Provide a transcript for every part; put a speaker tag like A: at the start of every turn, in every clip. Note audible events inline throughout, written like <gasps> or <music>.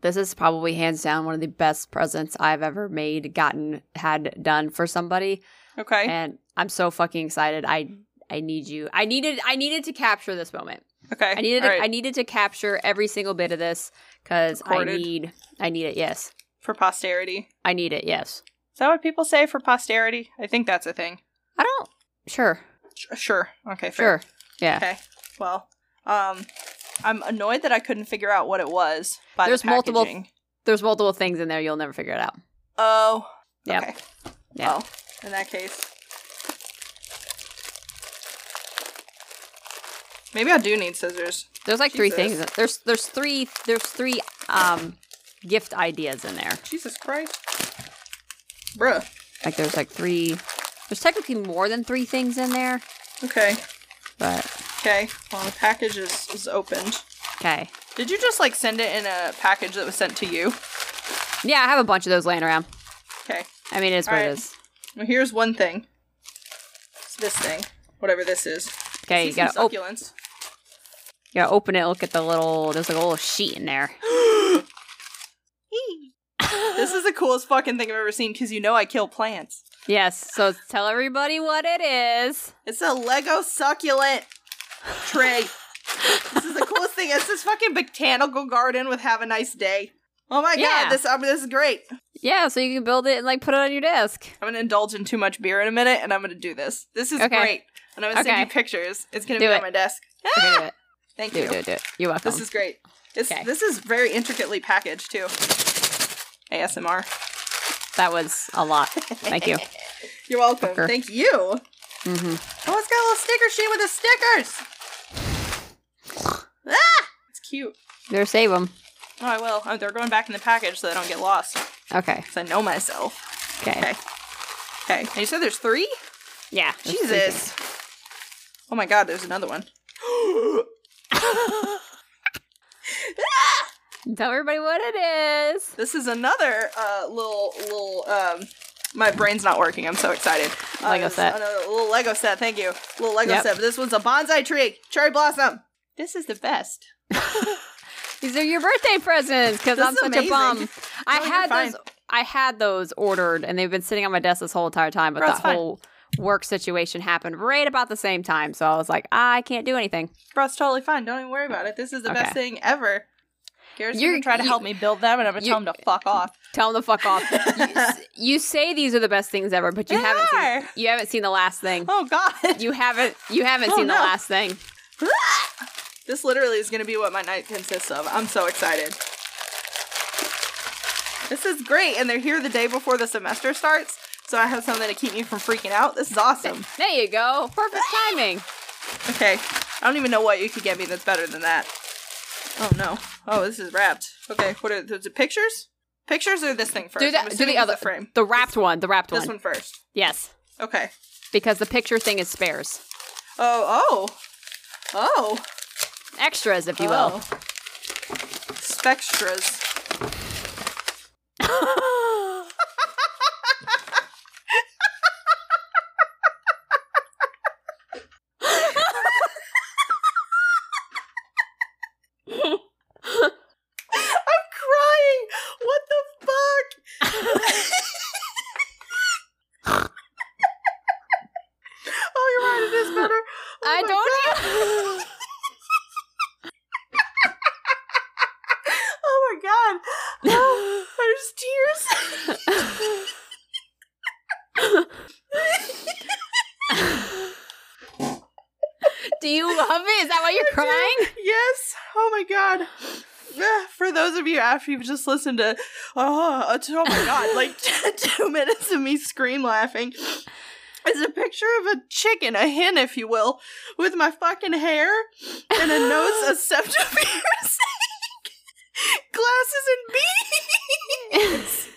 A: this is probably hands down one of the best presents I've ever made, gotten, had done for somebody.
B: Okay.
A: And I'm so fucking excited. I I need you. I needed I needed to capture this moment.
B: okay.
A: I needed
B: All
A: to,
B: right.
A: I needed to capture every single bit of this because I
B: Recorded.
A: need I need it. Yes,
B: for posterity.
A: I need it. Yes,
B: Is that what people say for posterity? I think that's a thing.
A: I don't. Sure,
B: Sh- Sure. Okay. Fair.
A: sure. Yeah,
B: Okay. Well, um, I'm annoyed that I couldn't figure out what it was. By
A: There's
B: the
A: multiple-
B: packaging.
A: there's multiple things in there. You'll never figure it out.
B: Oh.
A: Yeah.
B: Okay.
A: Yeah.
B: Well, in that case. Maybe I do need scissors.
A: There's like three
B: Jesus.
A: things. There's there's three there's three um gift ideas in there.
B: Jesus Christ. Bruh.
A: Like there's like three. There's technically more than three things in there,
B: Okay.
A: but
B: Okay. Well, the package is, is opened.
A: okay.
B: Did you just like send it in a package that was sent to you?
A: Yeah, I have a bunch of those laying around.
B: Okay.
A: I mean, it's what it
B: Alright.
A: is.
B: Well, here's one thing. It's this thing. Whatever this is.
A: Okay, you
B: See some
A: gotta oh. open.
B: succulents.
A: You gotta open it. Look at the little. There's like a little sheet in
B: <gasps>
A: there.
B: This is the coolest fucking thing I've ever seen because you know I kill plants.
A: Yes. So tell everybody what it is.
B: It's a Lego succulent tray. this is the coolest thing. It's this fucking botanical garden with have a nice day. Oh my
A: Yeah.
B: god, this I mean, this is great.
A: Yeah. So you can build it and like put it on your desk.
B: I'm gonna indulge in too much beer in a minute, and I'm gonna do this. This is
A: Okay.
B: great, and I'm gonna
A: Okay.
B: send you pictures. It's gonna
A: Do
B: be
A: it.
B: on my desk.
A: Okay, do it.
B: Thank
A: Do
B: you.
A: it. Do it. Do it. You're welcome.
B: Ah! This is great. This
A: Okay.
B: this is very intricately packaged too. ASMR.
A: that was a lot. Thank
B: <laughs>
A: you.
B: You're welcome.
A: Fucker.
B: Thank you.
A: hmm
B: Oh, it's got a little sticker sheet with the stickers. ah, it's cute.
A: There, save them.
B: Oh, I will. Oh, they're going back in the package so I don't get lost.
A: Okay.
B: Cause I know myself.
A: Okay.
B: Okay. Okay. And you said there's three.
A: Yeah. that's three things.
B: Jesus. Oh my God, there's another one.
A: Tell everybody what it is.
B: This is another uh, little little. Um, my brain's not working. I'm so excited. Uh,
A: Lego
B: this is
A: set.
B: Another little Lego set. Thank you. Little Lego
A: Yep.
B: set. But this one's a bonsai tree, cherry blossom. This is the best.
A: These are your birthday presents because
B: This
A: I'm
B: is
A: such a
B: amazing.
A: bum. I
B: No, you're
A: had those.
B: fine.
A: I had those ordered, and they've been sitting on my desk this whole entire time. But
B: Girl, it's
A: that
B: fine.
A: whole work situation happened right about the same time, so I was like, I can't do anything.
B: Bro, it's totally fine. Don't even worry about it. This is the
A: Okay.
B: best thing ever. Garrett's
A: You're-
B: gonna try to
A: you-
B: help me build them, and I'm gonna
A: you-
B: tell him to fuck off.
A: Tell them the fuck off.
B: <laughs>
A: you, s- you say these are the best things ever, but you
B: They
A: haven't seen,
B: are.
A: you haven't seen the last thing.
B: Oh
A: <laughs>
B: God.
A: You haven't you haven't
B: Oh,
A: seen the
B: no.
A: last thing.
B: this literally is gonna be what my night consists of. I'm so excited. This is great, and they're here the day before the semester starts, so I have something to keep me from freaking out. This is awesome.
A: There you go. Perfect timing.
B: Okay. I don't even know what you could get me that's better than that. Oh no. Oh, this is wrapped. Okay, what are those are pictures? Pictures or this thing first?
A: Do
B: I'm
A: that. Do
B: assuming
A: the
B: it's
A: other
B: a frame.
A: The wrapped one. The wrapped
B: This
A: one.
B: one first.
A: Yes,
B: Okay.
A: because the picture thing is spares,
B: Oh, oh. Oh.
A: extras, if you will.
B: Oh. Spectras. Oh.
A: <laughs>
B: I'm crying. What the fuck? <laughs> oh, you're right. It is better.
A: I
B: Oh my
A: don't. know.
B: Oh my god. Oh, there's tears.
A: <laughs> Do you love it? Is that why you're crying? <laughs>
B: yes. Oh my god. Ah, For those of you after you've just listened to, oh, uh, to- oh my god, <laughs> like two minutes of me scream laughing. It's a picture of a chicken, a hen, if you will, with my fucking hair and a nose, <laughs> a septum piercing, glasses, and beads.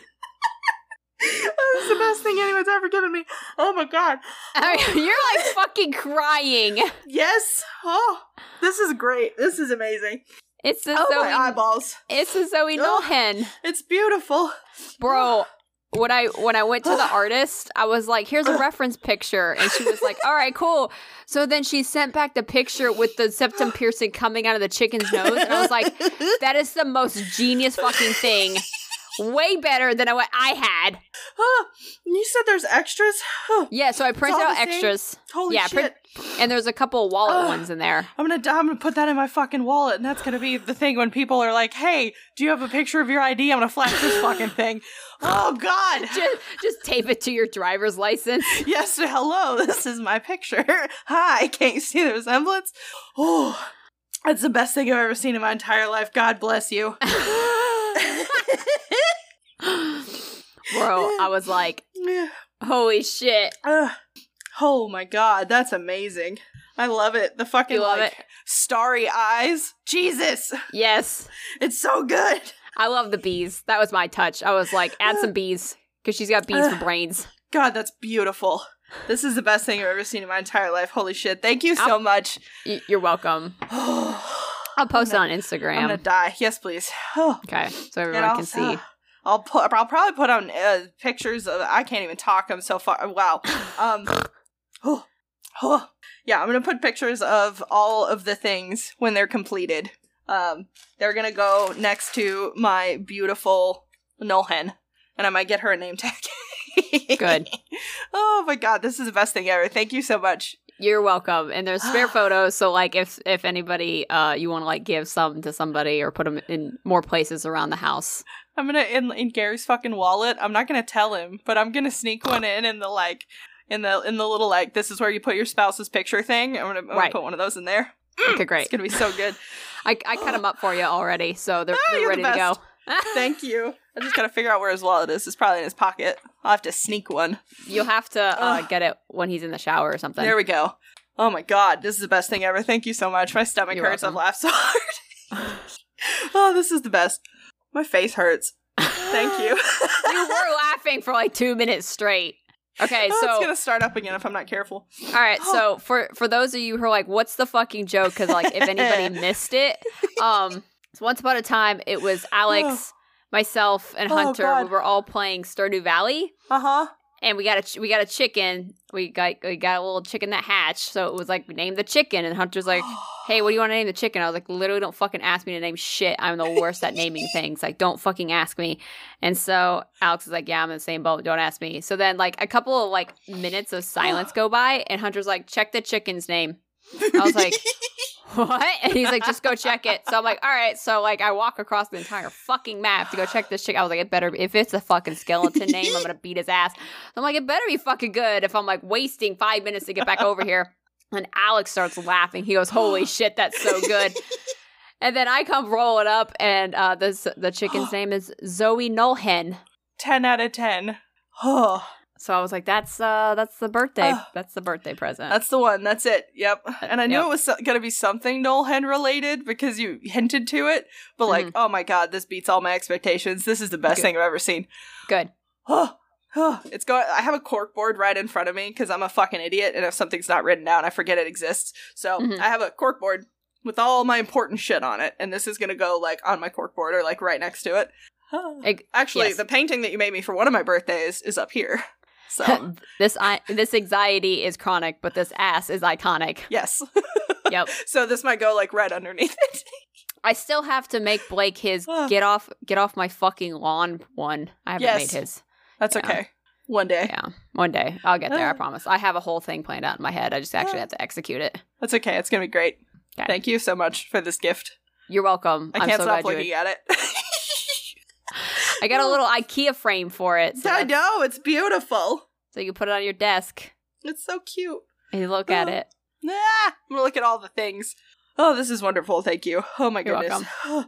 B: oh, this is the best thing anyone's ever given me. Oh my god.
A: I
B: Oh.
A: mean, you're like fucking crying.
B: Yes. Oh, this is great. This is amazing.
A: It's the
B: Oh, my
A: Zoe.
B: eyeballs.
A: It's the Zoe
B: Ugh.
A: Nohen,
B: It's beautiful.
A: bro. when I when I went to
B: <sighs>
A: the artist, I was like, "Here's a reference picture," and she was like, "All right, cool." So then she sent back the picture with the
B: <gasps>
A: septum piercing coming out of the chicken's nose, and I was like, "That is the most genius fucking thing." Way better than what I had.
B: Huh. You said there's extras? Huh.
A: Yeah, so I printed
B: all
A: out
B: the same?
A: extras.
B: Holy
A: yeah,
B: shit.
A: print- and there's a couple wallet
B: Ugh.
A: ones in there.
B: I'm gonna I'm gonna put that in my fucking wallet, and that's gonna be the thing when people are like, "Hey, do you have a picture of your ID?" I'm gonna flash this fucking thing. Oh God!
A: Just, just tape it to your driver's
B: <laughs>
A: license.
B: Yes, hello. <laughs> This is my picture. Hi, I can't see the resemblance. Oh, that's the best thing I've ever seen in my entire life. God bless you. <sighs>
A: Bro, I was like, holy shit.
B: Ugh. oh my God, that's amazing. I love it. The fucking
A: You love
B: like,
A: it?
B: starry eyes. Jesus,
A: Yes.
B: it's so good.
A: I love the bees. That was my touch. I was like, add some bees because she's got
B: <sighs>
A: bees for brains.
B: God, that's beautiful. This is the best thing I've ever seen in my entire life. Holy shit. Thank you so much. <gasps>
A: Y- You're welcome.
B: I'm
A: I'll post
B: I'm
A: it on Instagram.
B: gonna die. Yes, please. <sighs> Oh,
A: okay, so
B: and
A: everyone
B: I'll- uh,
A: can see.
B: I'll put. I'll probably put on uh, pictures of. I can't even talk. I'm so far.
A: <sighs>
B: Wow. Um. <gasps> oh, oh. Yeah, I'm gonna put pictures of all of the things when they're completed. Um, they're gonna go next to my beautiful null hen, and I might get her a name tag.
A: Good.
B: <laughs> Oh my god, this is the best thing ever. Thank you so much.
A: You're welcome. And there's
B: <sighs>
A: spare photos. So like, if if anybody, uh, you want to like give some to somebody or put them in more places around the house.
B: I'm gonna in in Gary's fucking wallet. I'm not gonna tell him, but I'm gonna sneak one in in the like in the in the little like this is where you put your spouse's picture thing. I'm gonna, I'm gonna
A: Right.
B: put one of those in there.
A: Okay,
B: It's
A: great.
B: gonna be so
A: <laughs>
B: good.
A: I, I cut them up for you already, so they're,
B: Ah,
A: they're
B: you're
A: ready
B: the
A: to go.
B: best. Thank you. I just gotta figure out where his wallet is. It's probably in his pocket. I'll have to sneak one.
A: You'll have to uh,
B: Ugh.
A: get it when he's in the shower or something.
B: There we go. Oh my god, this is the best thing ever. Thank you so much. My stomach
A: You're
B: hurts.
A: welcome.
B: I've laughed so hard. <laughs>
A: <laughs>
B: oh, this is the best. My face hurts.
A: <laughs>
B: Thank you.
A: you were laughing for like two minutes straight.
B: <laughs>
A: Okay,
B: Oh,
A: so
B: <laughs> it's gonna start up again if I'm not careful.
A: all
B: <gasps>
A: right, so for for those of you who are like, what's the fucking joke? Because like, if
B: <laughs>
A: anybody missed it, um, so once upon a time, it was Alex, myself, and
B: Oh,
A: Hunter.
B: God.
A: we were all playing Stardew Valley,
B: Uh huh.
A: and we got a ch- we got a chicken. We got we got a little chicken that hatched. So it was like name the chicken, and Hunter's
B: <gasps>
A: like, hey, what do you want to name the chicken? I was like, literally, don't fucking ask me to name shit. I'm the worst at naming things. Like, don't fucking ask me. And so Alex is like, yeah, I'm in the same boat. Don't ask me. So then, like, a couple of like minutes of silence go by, and Hunter's like, check the chicken's name. I was like, what? And he's like, just go check it. So I'm like, all right. So like, I walk across the entire fucking map to go check this chick. I was like, it better be, if it's a fucking skeleton name, I'm gonna beat his ass. I'm like, it better be fucking good. If I'm like wasting five minutes to get back over here, and Alex starts laughing. He goes, holy shit, that's so good. And then I come rolling up, and uh, this the chicken's name is Zoe Nullhen.
B: 10 out of 10. Oh,
A: So I was like, that's uh, that's the birthday.
B: Ugh.
A: that's the birthday present.
B: that's the one. That's it. Yep. And I knew
A: yep.
B: it was so- going to be something Noel Hen related because you hinted to it. But, like,
A: Mm-hmm.
B: oh my God, this beats all my expectations. This is the best
A: Good.
B: thing I've ever seen.
A: good.
B: Oh, oh, it's going. I have a cork board right in front of me because I'm a fucking idiot. And if something's not written down, I forget it exists. So
A: Mhm.
B: I have a cork board with all my important shit on it. And this is going to go, like, on my cork board or, like, right next to it. Oh.
A: Ig-
B: Actually,
A: yes.
B: the painting that you made me for one of my birthdays is up here.
A: <laughs>
B: So,
A: this I- this anxiety is chronic, but this ass is iconic.
B: yes. <laughs>
A: Yep.
B: So this might go like right underneath it. <laughs>
A: I still have to make Blake
B: <sighs>
A: his
B: Ugh.
A: get off get off my fucking lawn one. I haven't
B: Yes.
A: made
B: <laughs>
A: his.
B: That's
A: Yeah.
B: okay. One day.
A: Yeah. One day. I'll get
B: <sighs>
A: there, I
B: Ugh.
A: promise. I have a whole thing planned out in my head. I just
B: <sighs>
A: actually
B: Ugh.
A: have to execute it.
B: That's okay. It's gonna be great.
A: Okay.
B: Thank you so much for this gift.
A: You're welcome.
B: I
A: am
B: can't
A: so
B: stop
A: glad you
B: looking at it. <laughs>
A: I
B: <sighs>
A: got a little IKEA frame for it. So,
B: I
A: that's-
B: know it's beautiful.
A: so you can put it on your desk
B: It's so cute.
A: and you look
B: <sighs>
A: at
B: Ugh.
A: it.
B: Ah, I'm gonna look at all the things. Oh, this is wonderful. Thank you. Oh my
A: You're
B: goodness. <gasps>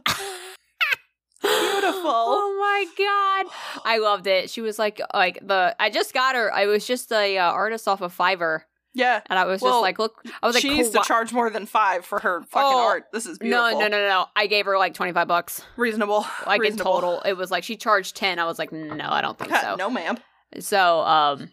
A: <gasps> oh my god.
B: <sighs>
A: I loved it. She was like like the I just got her. I was just a uh, artist off of Fiverr
B: yeah.
A: and I was
B: Well,
A: just like look I was like
B: she needs to
A: "Kawa-
B: charge more than five for her fucking
A: Oh,
B: art. This is
A: No,
B: beautiful.
A: no, no, no. I gave her like 25 bucks.
B: Reasonable.
A: like
B: Reasonable.
A: in
B: <laughs>
A: total it was like she charged 10 i was like no i don't think
B: Ha,
A: so
B: No, ma'am.
A: so um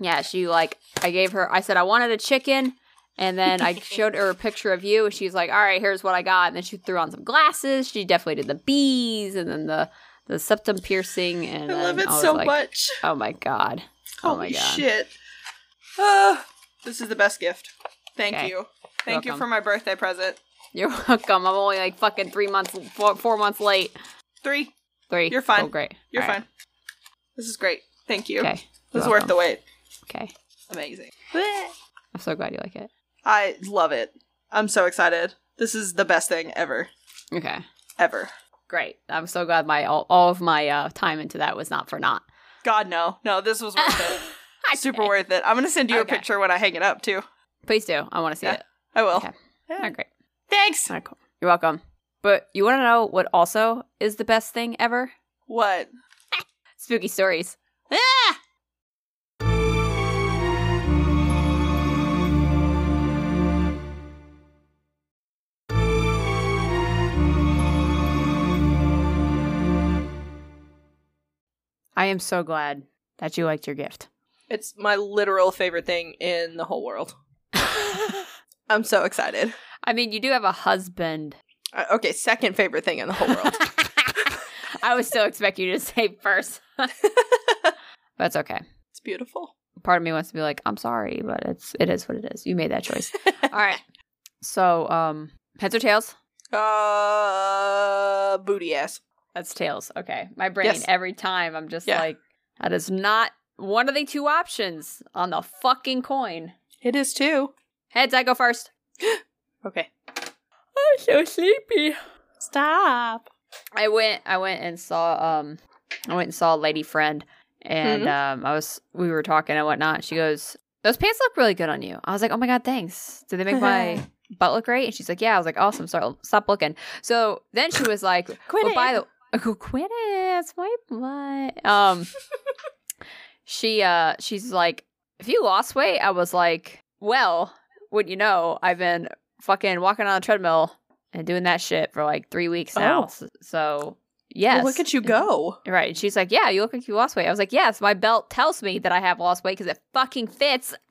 A: yeah she like i gave her i said i wanted a chicken and then
B: <laughs>
A: i showed her a picture of you and she's like all right here's what i got and then she threw on some glasses she definitely did the bees and then the the septum piercing, and
B: I love
A: then
B: it
A: was
B: so
A: like,
B: much.
A: Oh my god! oh my
B: Holy
A: God.
B: shit. <sighs> Ah, this is the best gift. Thank
A: Okay.
B: you. Thank you
A: welcome.
B: for my birthday present.
A: You're welcome. I'm only like fucking three months, four, four months late.
B: Three.
A: Three.
B: You're fine.
A: Oh, great.
B: You're
A: All
B: fine.
A: right.
B: This is great. Thank you.
A: Okay.
B: This is
A: You're
B: worth the
A: welcome.
B: wait.
A: Okay.
B: Amazing.
A: I'm so glad you like it.
B: I love it. I'm so excited. This is the best thing ever.
A: Okay.
B: Ever.
A: Great. I'm so glad my all, all of my uh, time into that was not for naught.
B: God, no. No, this
A: <laughs>
B: was worth
A: Okay.
B: it. Super worth it. I'm going to send you
A: Okay.
B: a picture when I hang it up, too.
A: Please do. I want to see
B: Yeah.
A: it.
B: I will.
A: Okay. All right, great.
B: Thanks.
A: All right, cool. You're welcome. But you want to know what also is the best thing ever?
B: What?
A: Spooky stories. Ah! I am so glad that you liked your gift.
B: It's my literal favorite thing in the whole world. I'm so excited.
A: <laughs> I mean, you do have a husband.
B: Uh, okay, second favorite thing in the
A: <laughs>
B: whole world.
A: I was still expecting you to say <laughs> first. That's okay.
B: <laughs> it's beautiful.
A: Part of me wants to be like, I'm sorry, but it's it is what it is. You made that <laughs> choice. All right. So, um, heads or tails?
B: Uh, booty ass.
A: That's tails. Okay. My brain
B: Yes.
A: every time I'm just
B: Yeah.
A: like, that is not one of the two options on the fucking coin.
B: It is too.
A: Heads, I go first.
B: Okay.
A: I'm so sleepy.
B: Stop.
A: I went I went and saw um I went and saw a lady friend and um I was we were talking and whatnot. and She goes, Those pants look really good on you. I was like, Oh my god, thanks. Did they make my butt look great? And she's like, Yeah, I was like, Awesome, start stop looking. So then she was like,
B: Quit
A: well, by the <laughs> I go, quit it, swipe what? Um, she uh, she's like, if you lost weight, I was like, well, would you know? I've been fucking walking on a treadmill and doing that shit for like three weeks now.
B: Oh.
A: S- So yes,
B: Well, look at you go.
A: Right, and she's like, "Yeah, you look like you lost weight." I was like, "Yes, my belt tells me that I have lost weight because it fucking fits.
B: <laughs>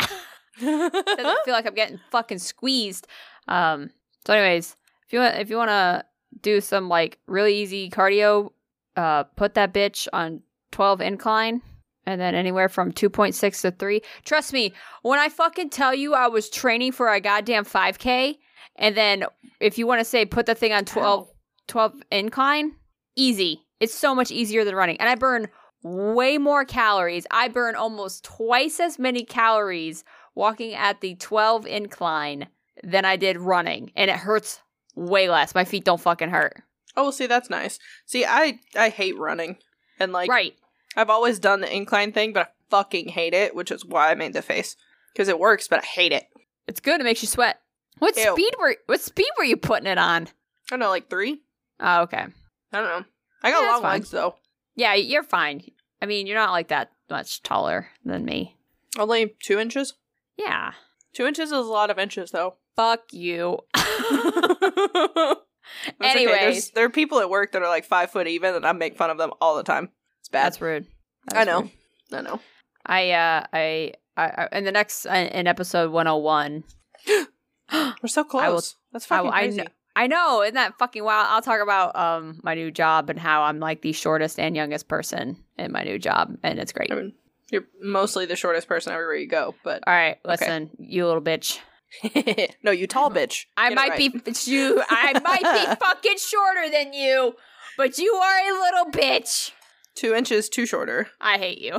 A: doesn't feel like I'm getting fucking squeezed. Um. So, anyways, if you want, if you want to do some like really easy cardio, uh, put that bitch on twelve incline, and then anywhere from two point six to three. Trust me, when I fucking tell you I was training for a goddamn five k, and then if you want to say put the thing on 12, 12 incline, easy. It's so much easier than running, and I burn way more calories. I burn almost twice as many calories walking at the 12 incline than I did running, and it hurts way less. My feet don't fucking hurt.
B: oh, see, that's nice. See, I I hate running, and like
A: right.
B: I've always done the incline thing, but I fucking hate it, which is why I made the face because it works, but I hate it.
A: It's good. It makes you sweat. What
B: Ew.
A: speed were what speed were you putting it on?
B: I don't know, like three.
A: Oh, okay.
B: I don't know. I got
A: Yeah, that's
B: long
A: fine.
B: legs though.
A: Yeah, you're fine. I mean, you're not like that much taller than me.
B: Only two inches.
A: Yeah.
B: Two inches is a lot of inches though.
A: Fuck you. <laughs>
B: That's okay.
A: Anyways.
B: There's- there are people at work that are like five foot even, and I make fun of them all the time. It's bad.
A: That's rude. That
B: I
A: is
B: know.
A: rude.
B: I know.
A: I uh I I, I in the next uh, in episode 101
B: We're so close.
A: will-
B: That's
A: I
B: fucking
A: will- I
B: crazy.
A: kn- I know, isn't that fucking wild? I'll talk about um my new job and how I'm like the shortest and youngest person in my new job, and it's great.
B: I mean, you're mostly the shortest person everywhere you go, <laughs> but
A: All right, listen, you little bitch.
B: no, you tall bitch.
A: I
B: Get it
A: might
B: right. <laughs>
A: be it's you. I might be fucking shorter than you, but you are a little bitch.
B: two inches too shorter. <laughs>
A: I hate you.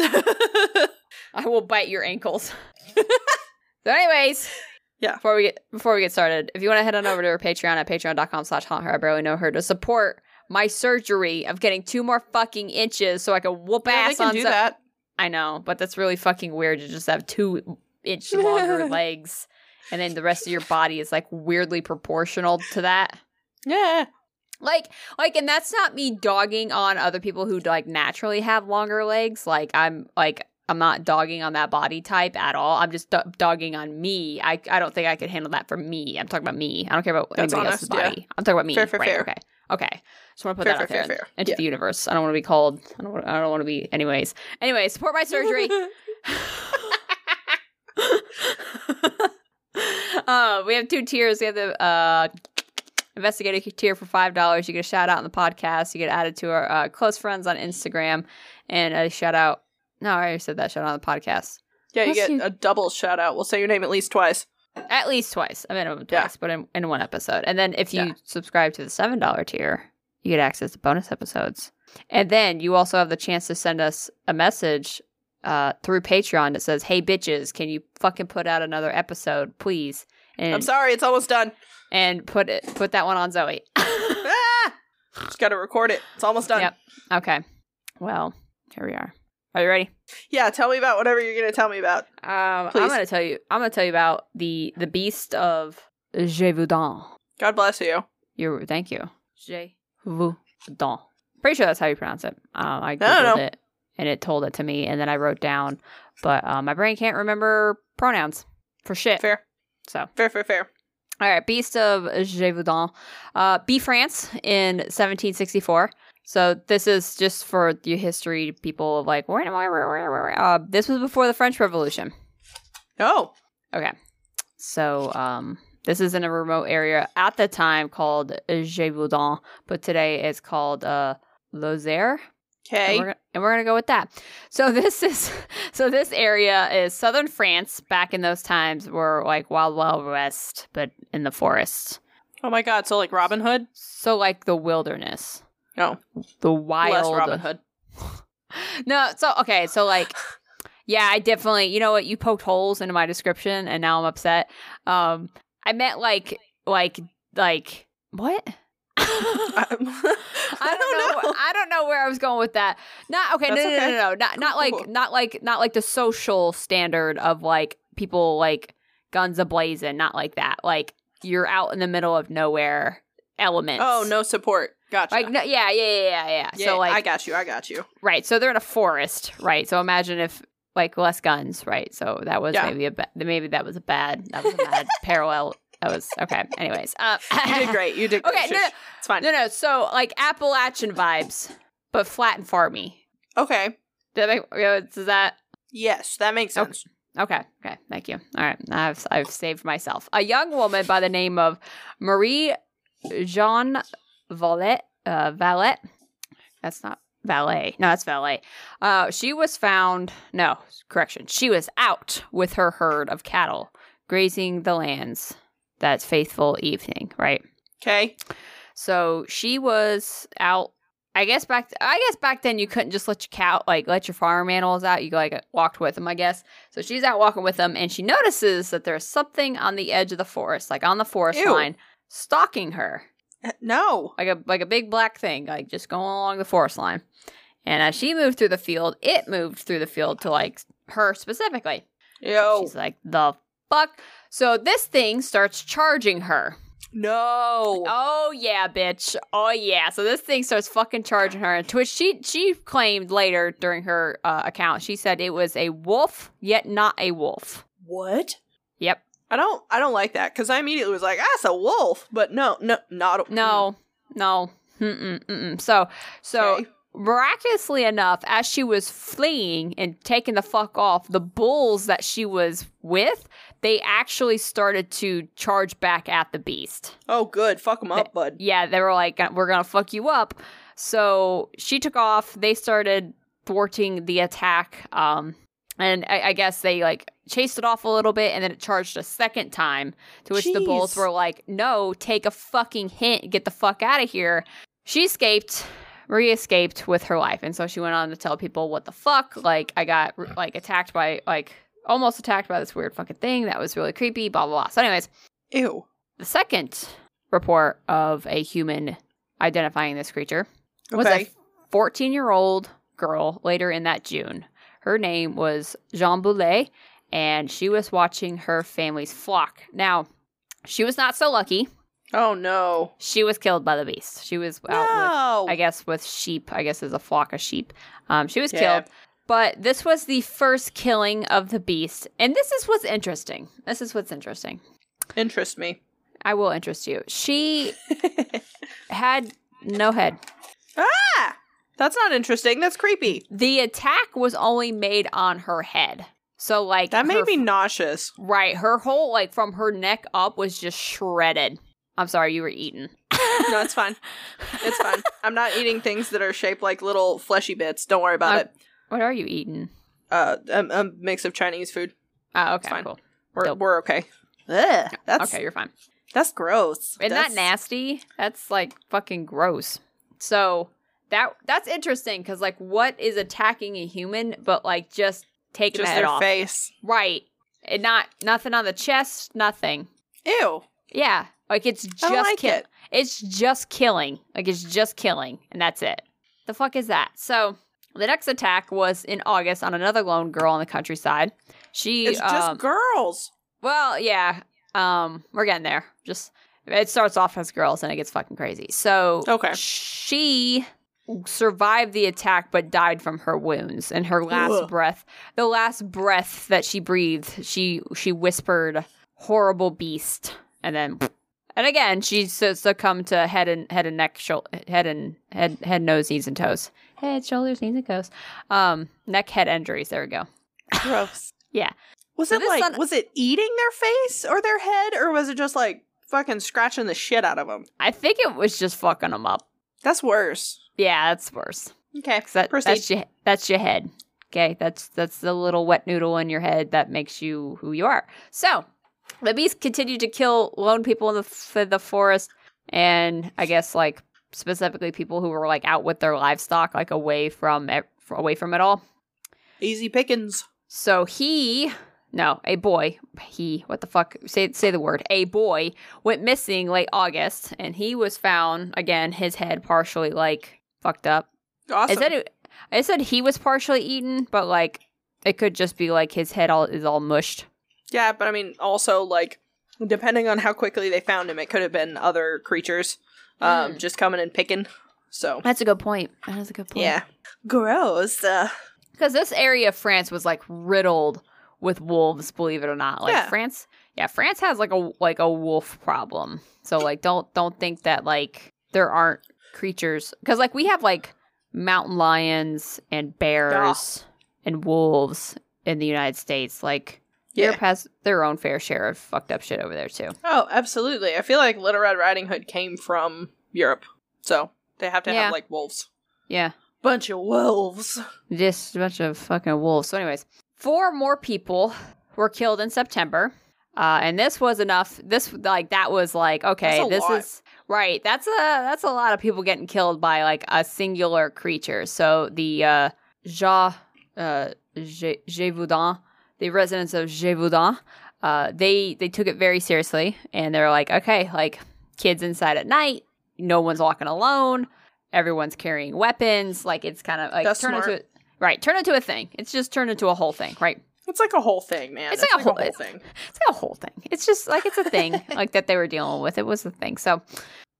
A: I will bite your ankles. <laughs> so, anyways,
B: Yeah.
A: Before we get before we get started, if you want to head on over to our Patreon at Patreon.com/slash Haunt Her I Barely Know Her to support my surgery of getting two more fucking inches so I can whoop
B: yeah, they
A: ass
B: can
A: on.
B: do
A: some-
B: that.
A: I know, but that's really fucking weird to just have two inch
B: <laughs>
A: longer legs, and then the rest of your body is like weirdly proportional to that.
B: Yeah.
A: Like, like, and that's not me dogging on other people who like naturally have longer legs. Like, I'm like, I'm not dogging on that body type at all. I'm just do- dogging on me. I, I don't think I could handle that for me. I'm talking about me. I don't care about
B: That's
A: anybody else's
B: honest,
A: body. I'm talking about me.
B: Fair, fair,
A: right,
B: fair.
A: Okay. Okay. Just want to put
B: Fair,
A: that out
B: fair,
A: there
B: fair, fair.
A: into
B: Yeah.
A: the universe. I don't want to be called. I don't. Want, I don't want to be. Anyways. Anyway, support
B: <laughs>
A: my surgery. <laughs> uh, we have two tiers. We have the uh, investigate a tier for five dollars. You get a shout out on the podcast. You get added to our uh, close friends on Instagram, and a shout out. No, I already said that shout out on the podcast
B: Yeah, you
A: Let's
B: get
A: see.
B: a double shout out. We'll say your name at least twice.
A: at least twice, a minimum of
B: Yeah.
A: twice, but in, in one episode. And then if you
B: Yeah.
A: subscribe to the seven dollar tier, you get access to bonus episodes. And then you also have the chance to send us a message uh, through Patreon that says, "Hey bitches, can you fucking put out another episode, please?"
B: I'm
A: And
B: sorry, it's almost done.
A: and put it put that one on Zoe. <laughs>
B: Ah! Just gotta record it. It's almost done.
A: Yep. Okay. Well, here we are. Are you ready?
B: Yeah, tell me about whatever you're gonna tell me about.
A: Um, I'm
B: Please.
A: gonna tell you. I'm gonna tell you about the the beast of Gévaudan.
B: God bless you.
A: You thank you. Gévaudan. Pretty sure that's how you pronounce it. Um, I googled
B: don't know.
A: it and it told it to me, and then I wrote down, but uh, my brain can't remember pronouns for shit.
B: Fair,
A: So
B: fair, fair, fair.
A: All right, Beast of Gévaudan, uh, B France in 1764. So this is just for the history people of like where am I? Where, where, where, where? Uh, this was before the French Revolution.
B: Oh,
A: Okay, so um, this is in a remote area at the time called Gévaudan, but today it's called uh, Lozère. And
B: okay.
A: we're, gonna- and we're gonna go with that. So <laughs> this is so this area is southern France. Back in those times, were like wild wild west, but in the forest.
B: Oh my God. So like Robin Hood.
A: So like the wilderness,
B: No,
A: the
B: Oh. less
A: wild. <laughs>
B: Robin Hood.
A: No, so okay, so
B: <laughs>
A: like, yeah, I definitely. You know what? You poked holes into my description, and now I'm upset. Um, I meant like like like what? <laughs>
B: I don't <laughs>
A: I don't know. I don't know where I was going with that. Not okay. No,
B: That's
A: no, no,
B: okay.
A: no, no. Not not
B: Cool.
A: like not like not like the social standard of like people like guns ablazing. Not like that. Like you're out in the middle of nowhere. Elements.
B: Oh, no support.
A: <laughs>
B: Gotcha.
A: Like no, yeah, yeah, yeah, yeah, yeah.
B: yeah,
A: So like,
B: I got you. I got you.
A: right. So they're in a forest, right? So imagine if like less guns, right? So that was
B: Yeah.
A: maybe a ba- maybe that was a bad that was a
B: <laughs>
A: bad parallel. That was okay. Anyways, uh,
B: You
A: <laughs>
B: did great. You did great.
A: Okay, no,
B: Shush. it's fine.
A: no, no. So like Appalachian vibes, but flat and farmy.
B: Okay.
A: Did that make, yeah, does that?
B: Yes, that makes
A: Okay.
B: sense.
A: Okay. Okay. Thank you. All right. I've I've saved myself. A young woman by the name of Marie Jean Valette. Uh, Valette. That's not valet. No, that's valet. Uh, she was found. No, correction. She was out with her herd of cattle grazing the lands. That's faithful evening, right?
B: Okay.
A: So she was out. I guess back. I guess back then you couldn't just let your cow, like let your farm animals out. You like walked with them, I guess. So she's out walking with them, and she notices that there's something on the edge of the forest, like on the forest
B: Ew.
A: line, stalking her,
B: Uh, No.
A: like a like a big black thing, like just going along the forest line. And as she moved through the field, it moved through the field to like her specifically.
B: Yo.
A: She's like, "The fuck!" So this thing starts charging her.
B: No.
A: Oh yeah, bitch. Oh yeah. So this thing starts fucking charging her, and which she she claimed later during her uh, account, she said it was a wolf, yet not a wolf.
B: What?
A: Yep.
B: I don't. I don't like that because I immediately was like, "That's a wolf," but no, no, not a-
A: No, no. Mm-mm, mm-mm. So so
B: Okay.
A: miraculously enough, as she was fleeing and taking the fuck off, the bulls that she was with, they actually started to charge back at the beast.
B: Oh, good. Fuck him up, bud.
A: yeah, they were like, we're gonna fuck you up. So she took off. They started thwarting the attack. Um, and I, I guess they like chased it off a little bit, and then it charged a second time. To which the bulls
B: Jeez.
A: were like, "No, take a fucking hint, get the fuck out of here." She escaped. Marie escaped with her life, and so she went on to tell people what the fuck. Like I got like attacked by like almost attacked by this weird fucking thing that was really creepy. Blah blah blah. So, anyways,
B: Ew.
A: the second report of a human identifying this creature was
B: Okay.
A: a 14 year old girl later in that June. Her name was Jean Boulet, and she was watching her family's flock. Now, she was not so lucky.
B: Oh no.
A: She was killed by the beast. She was out with
B: No.
A: I guess with sheep. I guess as a flock of sheep. Um, she was
B: Yeah.
A: killed, but this was the first killing of the beast, and this is what's interesting. This is what's interesting.
B: Interest me.
A: I will interest you.
B: <laughs>
A: She had no head.
B: ah, that's not interesting. That's creepy.
A: The attack was only made on her head. So like <laughs>
B: That made
A: her-
B: me nauseous.
A: right. Her whole like from her neck up was just shredded. I'm sorry, you were eaten.
B: No, it's fine. It's
A: <laughs>
B: fine. I'm not eating things that are shaped like little fleshy bits. Don't worry about
A: I-
B: it.
A: What are you eating?
B: Uh, a, a mix of Chinese food.
A: Oh, okay,
B: fine.
A: cool.
B: We're
A: Dope.
B: we're okay. Ugh, that's
A: okay, you're fine.
B: that's gross.
A: Isn't
B: that's,
A: that nasty? That's like fucking gross. So that that's interesting because like, what is attacking a human? But like, just taking
B: Just
A: that
B: their
A: off,
B: face.
A: right? And not nothing on the chest, nothing.
B: Ew.
A: Yeah, like it's just
B: I don't like
A: kill-
B: it.
A: It's just killing. Like it's just killing, and that's it. The fuck is that? So the next attack was in August on another lone girl in the countryside. She
B: It's just
A: um, <laughs>
B: girls.
A: well, yeah. Um, we're getting there. Just it starts off as girls and it gets fucking crazy. So
B: Okay.
A: she survived the attack but died from her wounds. And her last
B: Ugh.
A: breath, the last breath that she breathed, she she whispered, "Horrible beast," and then. And again, she su- succumbed to head and head and neck, shou- head and head, head, nose, knees, and toes. Head, shoulders, knees, and toes. Um, neck, head injuries. There we go.
B: Gross.
A: Yeah.
B: Was
A: So
B: it
A: this
B: like
A: one-
B: was it eating their face or their head or was it just like fucking scratching the shit out of them?
A: I think it was just fucking them up.
B: That's worse.
A: Yeah, that's worse.
B: Okay.
A: 'Cause that-
B: Proceed.
A: that's your that's your head. Okay, that's that's the little wet noodle in your head that makes you who you are. So the beast continued to kill lone people in the f- the forest, and I guess like specifically people who were like out with their livestock, like away from ev- away from it all.
B: Easy pickings.
A: So he, no, a boy, he, what the fuck? Say say the word. A boy went missing late August, and he was found again, his head partially like fucked up.
B: Awesome.
A: I said it, I said he was partially eaten, but like it could just be like his head all is all mushed.
B: yeah, but I mean also like depending on how quickly they found him, it could have been other creatures um just coming and picking. So
A: That's a good point. That's a good point.
B: yeah. Gross. Uh,
A: because this area of France was like riddled with wolves. Believe it or not, like
B: Yeah.
A: France, yeah, France has like a like a wolf problem. So like don't don't think that like there aren't creatures because like we have like mountain lions and bears and wolves in the United States. Like
B: Yeah.
A: Europe has their own fair share of fucked up shit over there too.
B: Oh, absolutely. I feel like Little Red Riding Hood came from Europe. So they have to
A: Yeah.
B: have like wolves.
A: Yeah.
B: Bunch of wolves.
A: Just a bunch of fucking wolves. So, anyways, four more people were killed in September, uh, and this was enough. This like that was like okay,
B: That's a
A: this
B: lot.
A: is right. That's a that's a lot of people getting killed by like a singular creature. So the uh, Ja uh, Je- Gévaudan, the residents of Gévaudan, uh, they they took it very seriously, and they're like, okay, like kids inside at night, no one's walking alone, everyone's carrying weapons, like it's kind of like
B: That's
A: turn
B: smart.
A: into right, turn into a thing. It's just turned into a whole thing, right?
B: It's like a whole thing, man.
A: It's like a whole-
B: thing.
A: It's not a whole thing. It's just like it's a
B: <laughs>
A: thing like that they were dealing with. It was a thing. So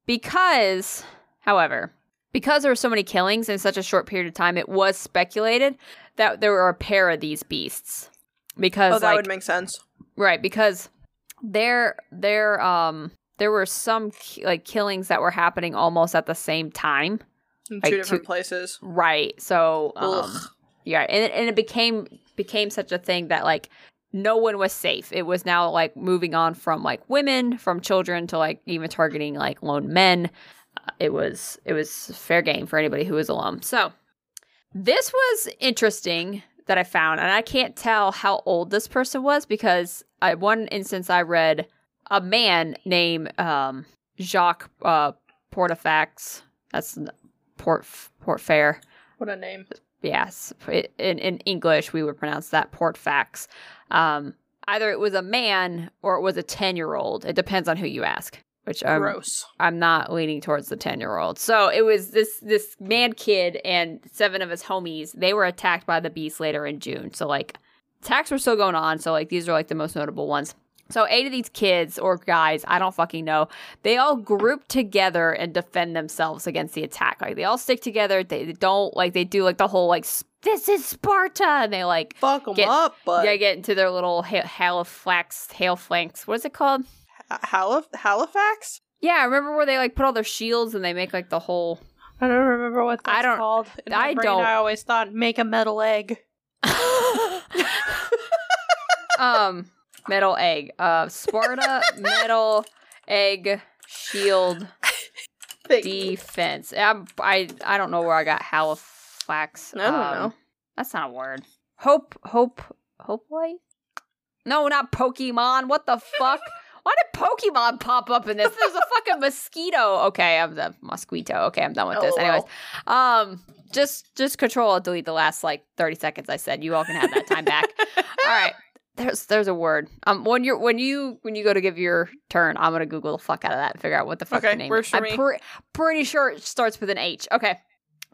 A: because, however, because there were so many killings in such a short period of time, it was speculated that there were a pair of these beasts. Because
B: Oh, that
A: like,
B: would make sense.
A: Right, because there there um there were some ki- like killings that were happening almost at the same time.
B: In
A: like
B: two
A: two-
B: different places.
A: Right. So um
B: Ugh.
A: yeah, and it, and it became became such a thing that like no one was safe. It was now like moving on from like women, from children to like even targeting like lone men. Uh, it was it was fair game for anybody who was alone. So this was interesting that I found, and I can't tell how old this person was because I, one instance I read a man named um, Jacques uh, Portefax. That's n- Port Portfair.
B: What a name.
A: Yes, it- in in English we would pronounce that Portfax. Um, either it was a man or it was a ten year old. It depends on who you ask. Which um, I'm
B: Gross.
A: I'm not leaning towards the 10 year old. So it was this this man kid and seven of his homies. They were attacked by the beast later in June. So like attacks were still going on. So like these are like the most notable ones. So eight of these kids or guys, I don't fucking know. They all group together and defend themselves against the attack. Like they all stick together. They, they don't like they do like the whole like "S- this is Sparta and they like
B: Fuck them
A: Get-
B: up, but
A: they get into their little ha- halifax hail flanks. What is it called?
B: Ha- Halif- Halifax?
A: Yeah, remember where they like put all their shields and they make like the whole
B: I don't remember what
A: I
B: that's
A: don't-
B: called. In my
A: I
B: brain,
A: don't-
B: I always thought make a metal <laughs> egg.
A: um, metal egg. Uh, Sparta metal egg shield
B: Thank you.
A: defense. I, I I don't know where I got Halifax. Um,
B: I don't know.
A: That's not a word. Hope hope hope light. No, not Pokemon. What the
B: <laughs>
A: fuck? Why did Pokemon pop up in this? There's a fucking mosquito. Okay, I'm the mosquito. Okay, I'm done with this.
B: LOL.
A: Anyways, um, just just control and delete the last like 30 seconds I said. You all can have that time back. all right. There's there's a word. Um, when you're when you when you go to give your turn, I'm gonna Google the fuck out of that and figure out what the fuck
B: Okay,
A: the name.
B: works
A: is.
B: for
A: I'm
B: me.
A: pre- pretty sure it starts with an H. Okay.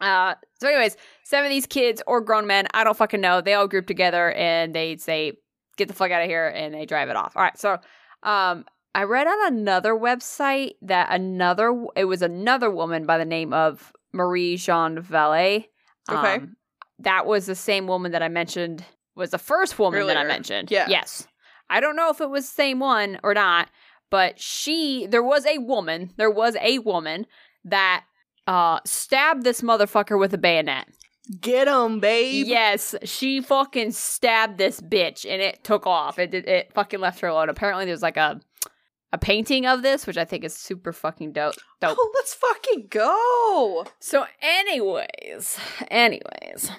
A: Uh, so anyways, some of these kids or grown men, I don't fucking know. They all group together and they say, "Get the fuck out of here," and they drive it off. All right. So, um, I read on another website that another it was another woman by the name of Marie Jean Valet.
B: Okay.
A: Um, that was the same woman that I mentioned was the first woman that I
B: Earlier.
A: mentioned.
B: Yeah.
A: Yes. I don't know if it was the same one or not, but she there was a woman, there was a woman that uh stabbed this motherfucker with a bayonet.
B: <laughs> Get him, babe.
A: Yes, she fucking stabbed this bitch and it took off. It did, it fucking left her alone. Apparently there's like a a painting of this, which I think is super fucking dope. Dope.
B: Oh, <laughs> let's fucking go.
A: So, anyways, anyways,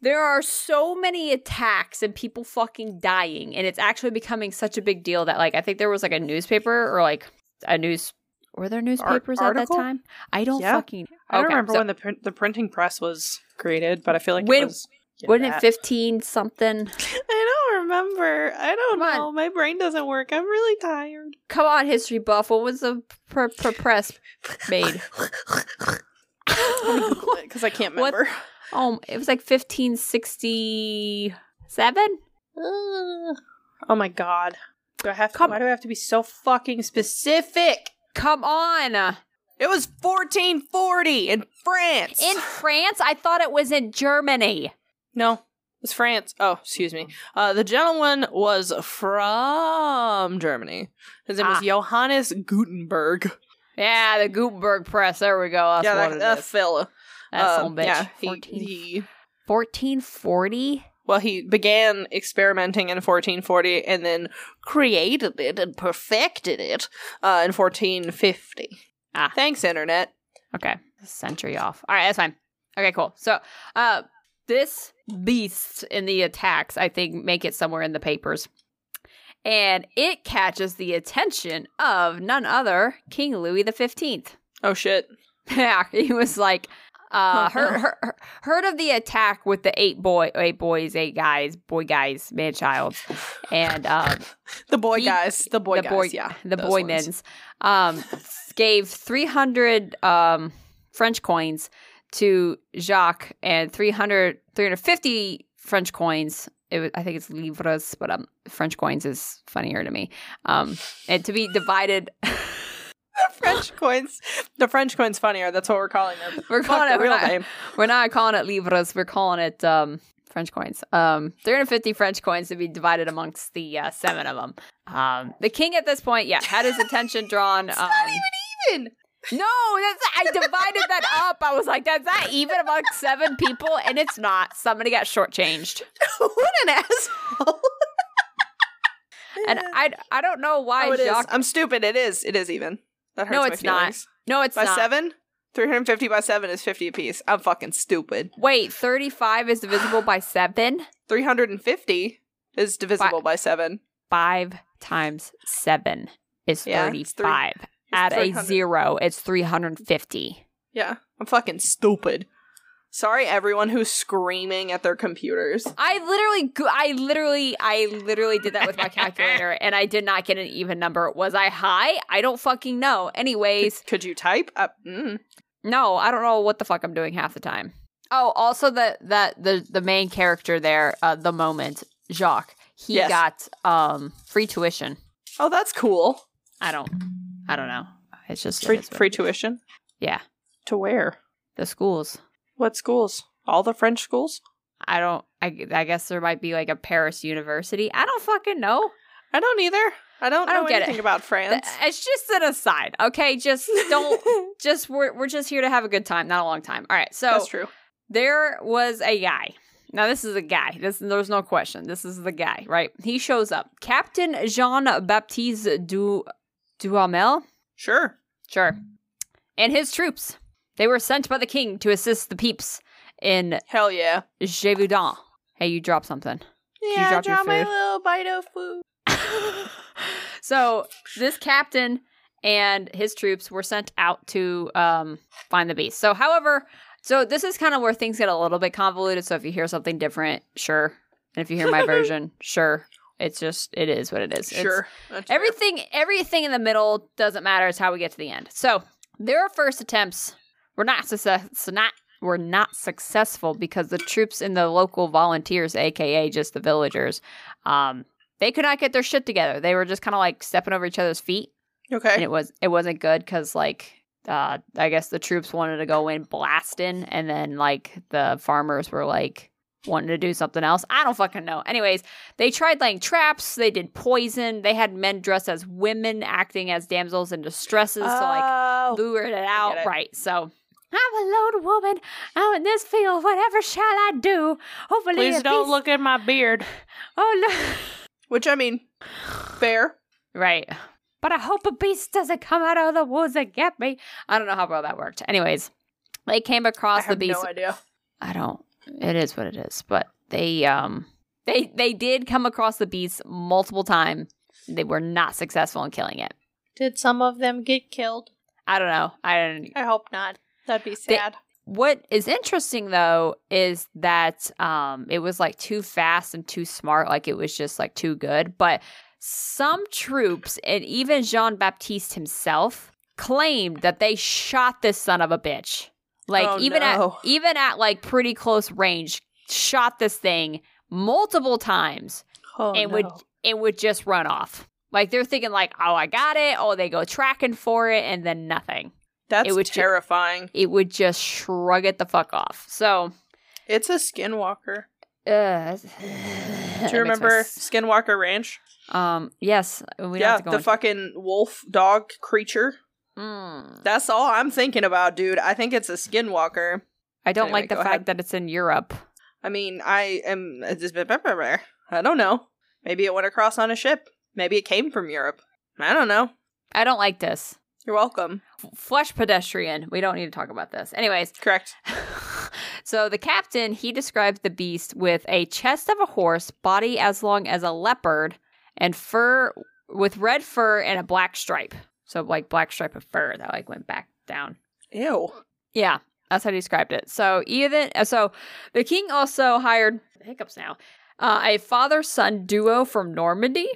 A: there are so many attacks and people fucking dying, and it's actually becoming such a big deal that, like, I think there was like a newspaper or like a news. Were there newspapers at that
B: article?
A: time? I don't
B: Yeah.
A: fucking.
B: I don't
A: okay,
B: remember
A: so
B: when the print, the printing press was created, but I feel like
A: When-
B: it was. yeah,
A: Wasn't it
B: <laughs> that.
A: fifteen something?
B: I don't remember. I don't
A: Come on.
B: know. My brain doesn't work. I'm really tired. <laughs>
A: Come on, history buff. What was the pr- pr- press made?
B: <laughs> Because I can't
A: What- <laughs>
B: remember.
A: oh, it was like fifteen sixty seven.
B: Oh my god. Do I have?
A: Come-
B: why do I have to be so fucking specific?
A: Come on.
B: It was 1440 in France. <sighs>
A: In France? I thought it was in Germany.
B: no, it was France. Oh, excuse me. Uh, the gentleman was from Germany. His name
A: Ah.
B: was Johannes Gutenberg.
A: Yeah, the Gutenberg Press. There we go. That's what it is.
B: fella.
A: That's
B: Um,
A: old bitch.
B: yeah, he-
A: 14,
B: he-
A: 1440?
B: well, he began experimenting in 1440 and then created it and perfected it uh, in 1450.
A: Ah.
B: Thanks, internet.
A: Okay, a century off. All right, that's fine. Okay, cool. So, uh, this beast in the attacks, I think, make it somewhere in the papers. And it catches the attention of none other King Louis the Fifteenth. <laughs>
B: Oh shit.
A: Yeah, he was like, uh,
B: Oh,
A: heard,
B: no.
A: heard, heard of the attack with the eight boy, eight boys, eight guys, boy guys, man child, and um,
B: The boy
A: He-
B: guys. The boy
A: the
B: guys.
A: boy-
B: yeah.
A: the
B: those
A: boy
B: ones.
A: men's um, <laughs> gave 300 um, French coins to Jacques and 300, 350 French coins. It was, I think it's livres, but um, French coins is funnier to me. Um, and to be divided, <laughs>
B: The French coins. The French coins funnier. That's what we're calling them.
A: we're
B: Fuck
A: calling it
B: the real
A: we're not-
B: name.
A: We're not calling it livres. We're calling it um, French coins. Um, 350 French coins to be divided amongst the uh, seven of them. Um, the king at this point, yeah, had his attention drawn.
B: <laughs> It's
A: um,
B: not even
A: <laughs>
B: even.
A: No, that's I divided that up. I was like, that's not even among seven people, and it's not. Somebody got shortchanged,
B: what an <laughs> asshole.
A: and I I don't know why.
B: oh, it is.
A: Jacques-
B: I'm stupid. It is. It is even. That hurts
A: No,
B: my
A: it's not.
B: feelings.
A: no, it's
B: by
A: not.
B: seven. Three hundred fifty by seven is fifty apiece. I'm fucking stupid.
A: Wait, thirty-five is divisible by seven.
B: Three hundred and fifty is divisible by seven.
A: Five times seven is
B: Yeah, it's three-
A: thirty-five.
B: It's
A: Add a
B: 300.
A: zero, it's three hundred and fifty.
B: Yeah, I'm fucking stupid. Sorry, everyone who's screaming at their computers.
A: I literally, go- I literally, I literally did that with my calculator, and I did not get an even number. Was I high? I don't fucking know. Anyways,
B: Could you type? Uh, mm.
A: No, I don't know what the fuck I'm doing half the time. Oh, also the that the the main character there, uh, the moment Jacques, he
B: Yes.
A: got um free tuition.
B: Oh, that's cool.
A: I don't, I don't know. It's just it
B: Free
A: is what-
B: free tuition
A: Yeah,
B: to where?
A: the schools.
B: What schools? All the French schools?
A: I don't. I, I guess there might be like a Paris university. I don't fucking know.
B: I don't either. I don't,
A: I don't
B: know
A: get it.
B: anything about France.
A: Th- uh, It's just an aside. Okay, just <laughs> don't. just we're we're just here to have a good time, not a long time. All right. So
B: that's true.
A: there was a guy. Now this is a guy. This there's no question. This is the guy, right? He shows up. Captain Jean Baptiste du Duhamel.
B: Sure.
A: Sure. And his troops. They were sent by the king to assist the peeps in
B: Hell yeah.
A: Gévaudan. Hey, you dropped something. you
B: Yeah,
A: drop your
B: draw my
A: food?
B: little bite of food.
A: <laughs> so this captain and his troops were sent out to um, find the beast. So, however, so this is kind of where things get a little bit convoluted. So if you hear something different, sure. And if you hear my version, sure. It's just it is what it is. It's-
B: Sure. That's fair.
A: everything everything in the middle doesn't matter. It's how we get to the end. So their first attempts were not success not were not successful because the troops and the local volunteers, aka just the villagers, um, they could not get their shit together. They were just kind of like stepping over each other's feet, and
B: Okay.
A: it was it wasn't good because like. Uh, I guess the troops wanted to go in blasting, and then like the farmers were like wanting to do something else. I don't fucking know. Anyways, they tried laying traps. They did poison. They had men dressed as women acting as damsels in distresses to like
B: Oh.
A: lure it out.
B: it.
A: Right. So I'm a lone woman out in this field. Whatever shall I do? Hopefully,
C: Please
A: a
C: don't
A: beast-
C: look at my beard.
A: <laughs> Oh
B: Which I mean, fair.
A: no. Right. But I hope a beast doesn't come out of the woods and get me. I don't know how well that worked. Anyways, they came
B: I
A: across the
B: have
A: beast.
B: no idea.
A: I don't. It is what it is. But they um they they did come across the beast multiple times. They were not successful in killing it.
C: Did some of them get killed?
A: I don't know. I don't.
C: I hope not. That'd be
A: They- What is interesting though is that um it was like too fast and too smart. Like it was just like too good. But some troops and even Jean Baptiste himself claimed that they shot this son of a bitch. Like
B: Oh,
A: even
B: no.
A: at even at like pretty close range, shot this thing multiple times
C: oh,
A: and would it would just run off. Like they're thinking like, oh, I got it. Oh, they go tracking for it, and then nothing.
B: That's
A: It would ju-
B: terrifying.
A: It would just shrug it the fuck off. So,
B: It's a skinwalker. <sighs>
A: uh,
B: Do you remember Skinwalker Ranch?
A: Um, yes, we don't
B: yeah,
A: have to go
B: the
A: into-
B: fucking wolf dog creature.
A: Mm.
B: That's all I'm thinking about, dude. I think it's a skinwalker.
A: I don't
B: Anyway,
A: like the
B: go
A: fact
B: ahead.
A: that it's in Europe.
B: I mean, I am. it's just- I don't know. Maybe it went across on a ship. Maybe it came from Europe. I don't know.
A: I don't like this.
B: You're welcome.
A: F- flesh pedestrian. We don't need to talk about this. Anyways, <laughs>
B: Correct.
A: so the captain he describes the beast with a chest of a horse body as long as a leopard and fur with red fur and a black stripe so like black stripe of fur that like went back down
B: Ew.
A: yeah that's how he described it so even so the king also hired hiccups now uh, a father-son duo from normandy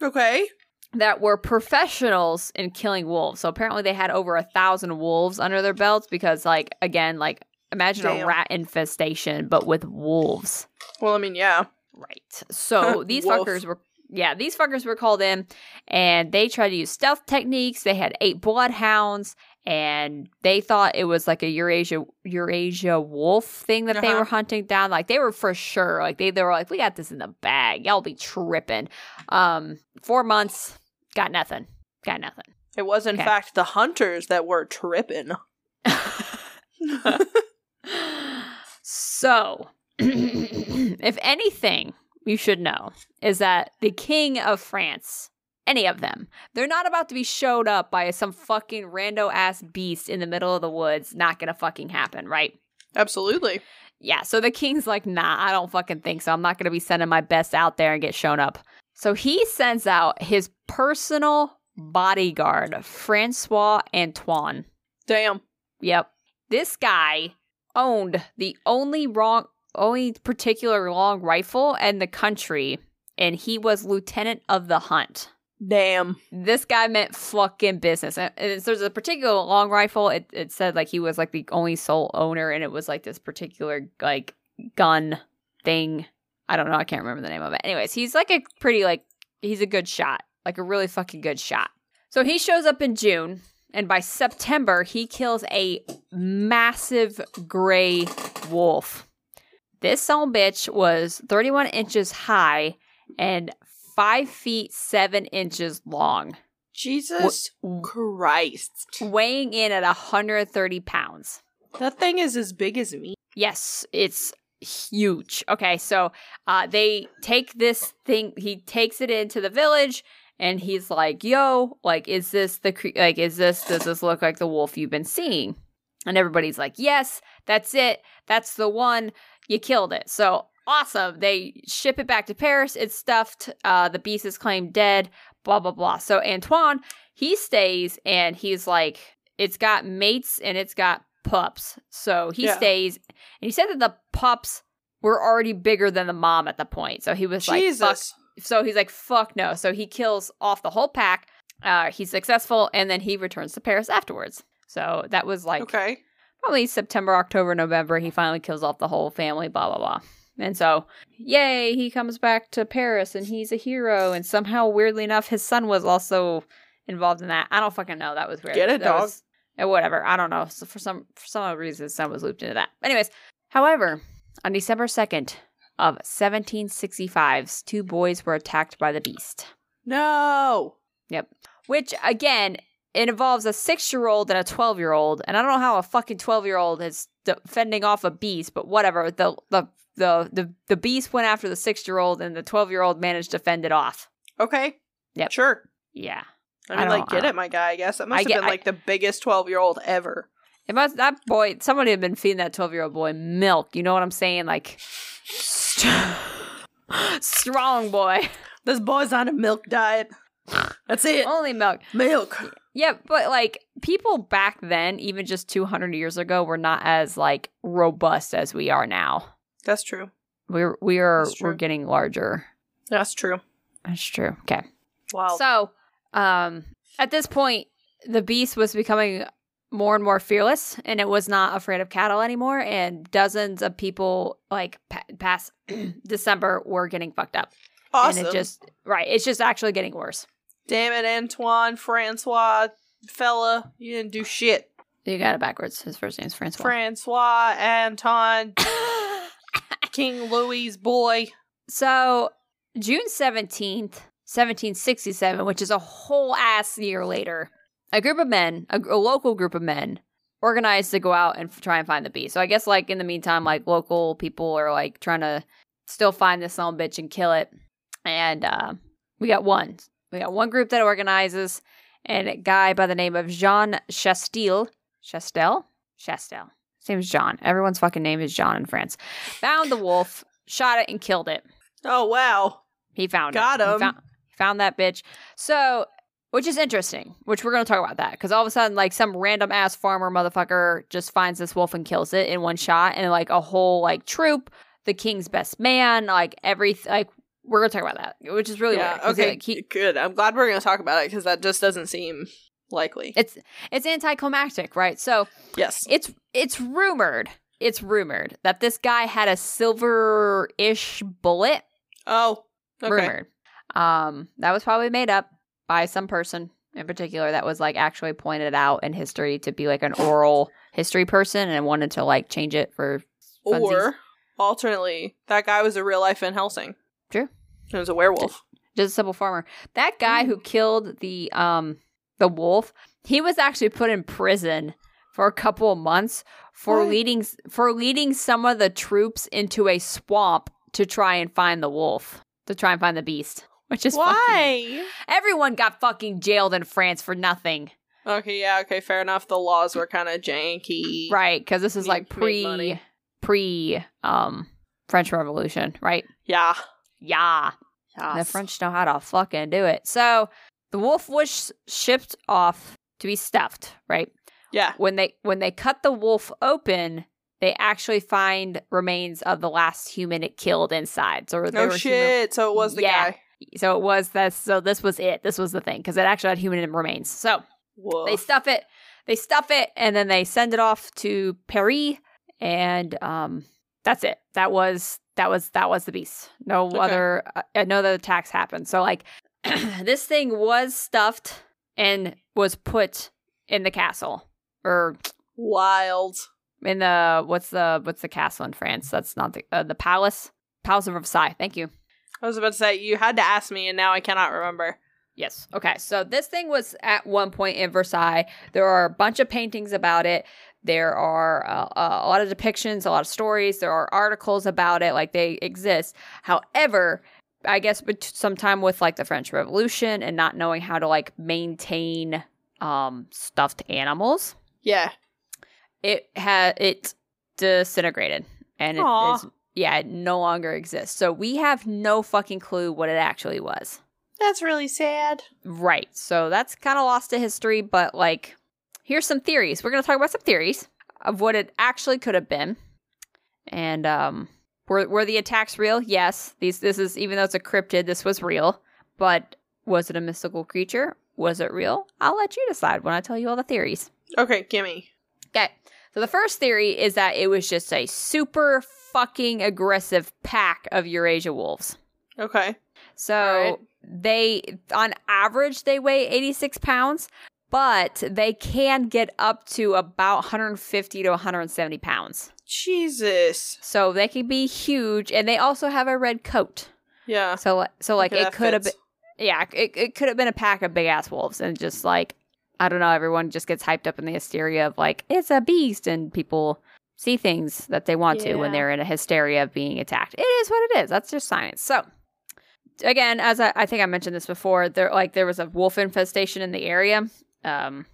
B: Okay.
A: that were professionals in killing wolves. So apparently they had over a thousand wolves under their belts because, like, again, like imagine a
B: Damn.
A: rat infestation but with wolves.
B: Well, I mean, yeah.
A: Right.
B: <laughs>
A: So these
B: Wolf.
A: fuckers were. Yeah, these fuckers were called in and they tried to use stealth techniques. They had eight bloodhounds and they thought it was like a Eurasia Eurasia wolf thing that they
B: Uh-huh.
A: were hunting down. Like they were for sure. Like they, they were like, We got this in the bag. Y'all be tripping. Um, four months, got nothing. Got nothing.
B: It was, in
A: Okay.
B: fact, the hunters that were tripping.
A: <laughs>
B: <laughs>
A: <gasps> so, <clears throat> if anything you should know is that the king of France, any of them, they're not about to be showed up by some fucking rando ass beast in the middle of the woods. Not gonna fucking happen, right?
B: Absolutely.
A: Yeah, so the king's like, nah, I don't fucking think so. I'm not going to be sending my best out there and get shown up. So he sends out his personal bodyguard, Francois Antoine.
B: Damn.
A: Yep. This guy owned the only wrong only particular long rifle in the country, and he was lieutenant of the hunt
B: Damn.
A: this guy meant fucking business. And, and so there's a particular long rifle. It, it said like he was like the only sole owner, and it was like this particular like gun thing. I don't know. I can't remember the name of it. Anyways, he's like a pretty like he's a good shot, like a really fucking good shot. So he shows up in June, and by September he kills a massive gray wolf. This son bitch was 31 inches high and five feet seven inches long,
B: Jesus Christ.
A: weighing in at 130 pounds.
B: That thing is as big as me.
A: Yes, it's huge. Okay, so uh, they take this thing, he takes it into the village and he's like, "Yo, like, is this the cre- like is this does this look like the wolf you've been seeing?" And everybody's like, "Yes, that's it, that's the one. You killed it." So awesome. They ship it back to Paris. It's stuffed. Uh, the beast is claimed dead. Blah blah blah. So Antoine he stays and he's like, "It's got mates and it's got pups." So he
B: Yeah.
A: stays, and he said that the pups were already bigger than the mom at the point. So he was like, "Fuck
B: Jesus.
A: so he's like, fuck no. So he kills off the whole pack. Uh, he's successful, and then he returns to Paris afterwards. So that was like
B: okay.
A: probably September, October, November. He finally kills off the whole family, blah, blah, blah. And so, yay, he comes back to Paris and he's a hero. And somehow, weirdly enough, his son was also involved in that. I don't fucking know. That was weird.
B: Get it,
A: That
B: dog.
A: was- eh, whatever. I don't know. So for some for some odd reason, his son was looped into that. Anyways, however, on December 2nd of 1765, two boys were attacked by the beast
B: No.
A: which again it involves a six-year-old and a 12-year-old and i don't know how a fucking 12-year-old is defending off a beast but whatever the the the the, the beast went after the six-year-old and the 12-year-old managed to fend it off
B: Okay.
A: Yep.
B: Sure.
A: yeah
B: I
A: I
B: mean,
A: don't-
B: like,
A: I
B: get
A: don't-
B: it, my guy. I guess that must
A: I
B: have
A: get-
B: been
A: I-
B: like the biggest twelve-year-old ever.
A: it must that boy somebody had been feeding that 12-year-old boy milk you know what i'm saying like <laughs> st- strong boy
B: This boy's on a milk
A: <laughs>
B: diet. That's it.
A: only milk
B: Milk.
A: Yeah, but like people back then, even just 200 years ago, were not as like robust as we are now.
B: That's true.
A: We're we are
B: That's
A: we're
B: true.
A: getting larger.
B: That's true.
A: That's true. Okay.
B: Wow.
A: So, um, at this point, the beast was becoming more and more fearless, and it was not afraid of cattle anymore. And dozens of people, like pa- past <clears throat> December, were getting fucked up.
B: awesome.
A: And it just right. It's just actually getting worse.
B: Damn it, Antoine, Francois, fella. You didn't do shit.
A: You got it backwards. His first name's Francois.
B: Francois, Anton,
A: <laughs>
B: King Louis, boy.
A: So June 17th, 1767, which is a whole ass year later, a group of men, a, a local group of men, organized to go out and f- try and find the beast. So I guess, like, in the meantime, like, local people are, like, trying to still find this little bitch and kill it. And uh, we got one. We got one group that organizes, and a guy by the name of Jean Chastel. Chastel? Chastel. His name is John. Everyone's fucking name is John in France. Found the wolf, shot it, and killed it.
B: Oh, wow.
A: He found
B: Got
A: it. He
B: him.
A: found, he found that bitch. So, which is interesting, which we're going to talk about that because all of a sudden, like some random ass farmer motherfucker just finds this wolf and kills it in one shot, and like a whole like troop, the king's best man, like every like we're going to talk about that, which is really
B: yeah,
A: weird 'cause,
B: okay.
A: like, he-
B: good. I'm glad we're going to talk about it because that just doesn't seem likely.
A: it's it's anticlimactic, right? So
B: yes.
A: it's it's rumored, it's rumored that this guy had a silver ish bullet
B: oh, okay.
A: rumored. Um, that was probably made up by some person in particular that was like actually pointed out in history to be like an oral history person and wanted to like change it for
B: Or, alternately, that guy was a real life Van Helsing.
A: True.
B: He was a werewolf.
A: just a simple farmer. That guy
B: Mm.
A: who killed the um the wolf, he was actually put in prison for a couple of months for
B: What?
A: leading for leading some of the troops into a swamp to try and find the wolf, to try and find the beast. Which is fucking-
B: Why?
A: everyone got fucking jailed in France for nothing.
B: Okay, yeah, okay, fair enough. The laws were kind of janky.
A: right because this is
B: Need
A: like
B: to make
A: pre
B: money.
A: pre um french revolution right
B: Yeah.
A: yeah the french know how to fucking do it so the wolf was sh- shipped off to be stuffed right
B: Yeah.
A: when they when they cut the wolf open they actually find remains of the last human it killed inside so there
B: No
A: were human-
B: Oh, shit. So it was the
A: Yeah.
B: guy.
A: so it was that so this was it this was the thing because it actually had human remains so
B: Whoa.
A: they stuff it they stuff it and then they send it off to paris and um that's it that was that was that was the beast no
B: Okay.
A: other uh, uh, no other attacks happened so like <clears throat> this thing was stuffed and was put in the castle or
B: Wild.
A: in the what's the what's the castle in france that's not the uh, the palace palace of versailles thank you
B: I was about to say, you had to ask me, and now I cannot remember.
A: Yes. Okay. So this thing was at one point in Versailles. There are a bunch of paintings about it. There are uh, a lot of depictions, a lot of stories. There are articles about it. Like they exist. However, I guess, but sometime with like the French Revolution and not knowing how to like maintain um, stuffed animals,
B: Yeah.
A: it had it disintegrated and it
C: Aw.
A: is yeah, it no longer exists. So we have no fucking clue what it actually was.
C: That's really sad.
A: Right. So that's kind of lost to history, but like, here's some theories. We're going to talk about some theories of what it actually could have been. And um, were were the attacks real? Yes. These this is even though it's a cryptid, this was real. But was it a mystical creature? Was it real? I'll let you decide when I tell you all the theories.
B: Okay, gimme.
A: Okay. So the first theory is that it was just a super fucking aggressive pack of Eurasia wolves.
B: Okay.
A: So
B: Alright.
A: they, on average, they weigh 86 pounds, but they can get up to about 150 to 170 pounds.
B: Jesus.
A: So they can be huge, and they also have a red coat.
B: Yeah.
A: So, li- so like
B: Okay,
A: it
B: that
A: could have been,
B: fits.
A: yeah, it, it could have been a pack of big ass wolves, and just like I don't know, everyone just gets hyped up in the hysteria of like it's a beast, and people see things that they want to when
C: Yeah.
A: they're in a hysteria of being attacked. It is what it is. That's just science. So again, as I, I think I mentioned this before, there like there was a wolf infestation in the area. Um,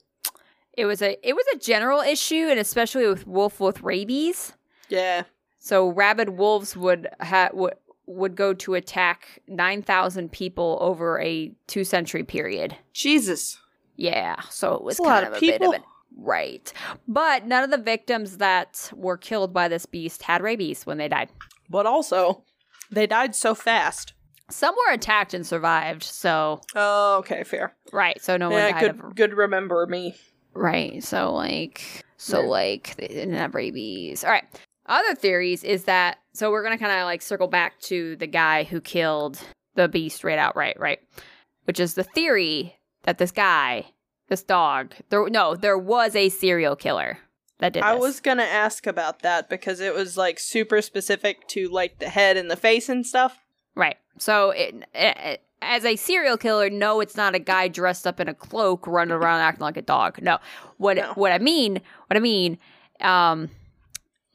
A: it was a it was a general issue, and especially with wolf with rabies.
B: Yeah.
A: So rabid wolves would ha- would would go to attack 9,000 people over a two century period.
B: Jesus.
A: Yeah, so it was
B: That's a
A: kind of,
B: lot of
A: a bit of
B: people.
A: an right. But none of the victims that were killed by this beast had rabies when they died.
B: But also, they died so fast.
A: Some were attacked and survived, so
B: Oh, okay, fair.
A: right, so no one
B: yeah,
A: died
B: good,
A: of
B: good remember me.
A: Right. So like so
B: Yeah.
A: like they didn't have rabies. All right. Other theories is that so we're gonna kinda like circle back to the guy who killed the beast right outright, right? Which is the theory that this guy, this dog, there no, there was a serial killer that did
B: I
A: this.
B: was gonna ask about that because it was like super specific to like the head and the face and stuff.
A: Right. So it, it, as a serial killer, no, it's not a guy dressed up in a cloak running around <laughs> acting like a dog. No. What
B: No.
A: what I mean, what I mean um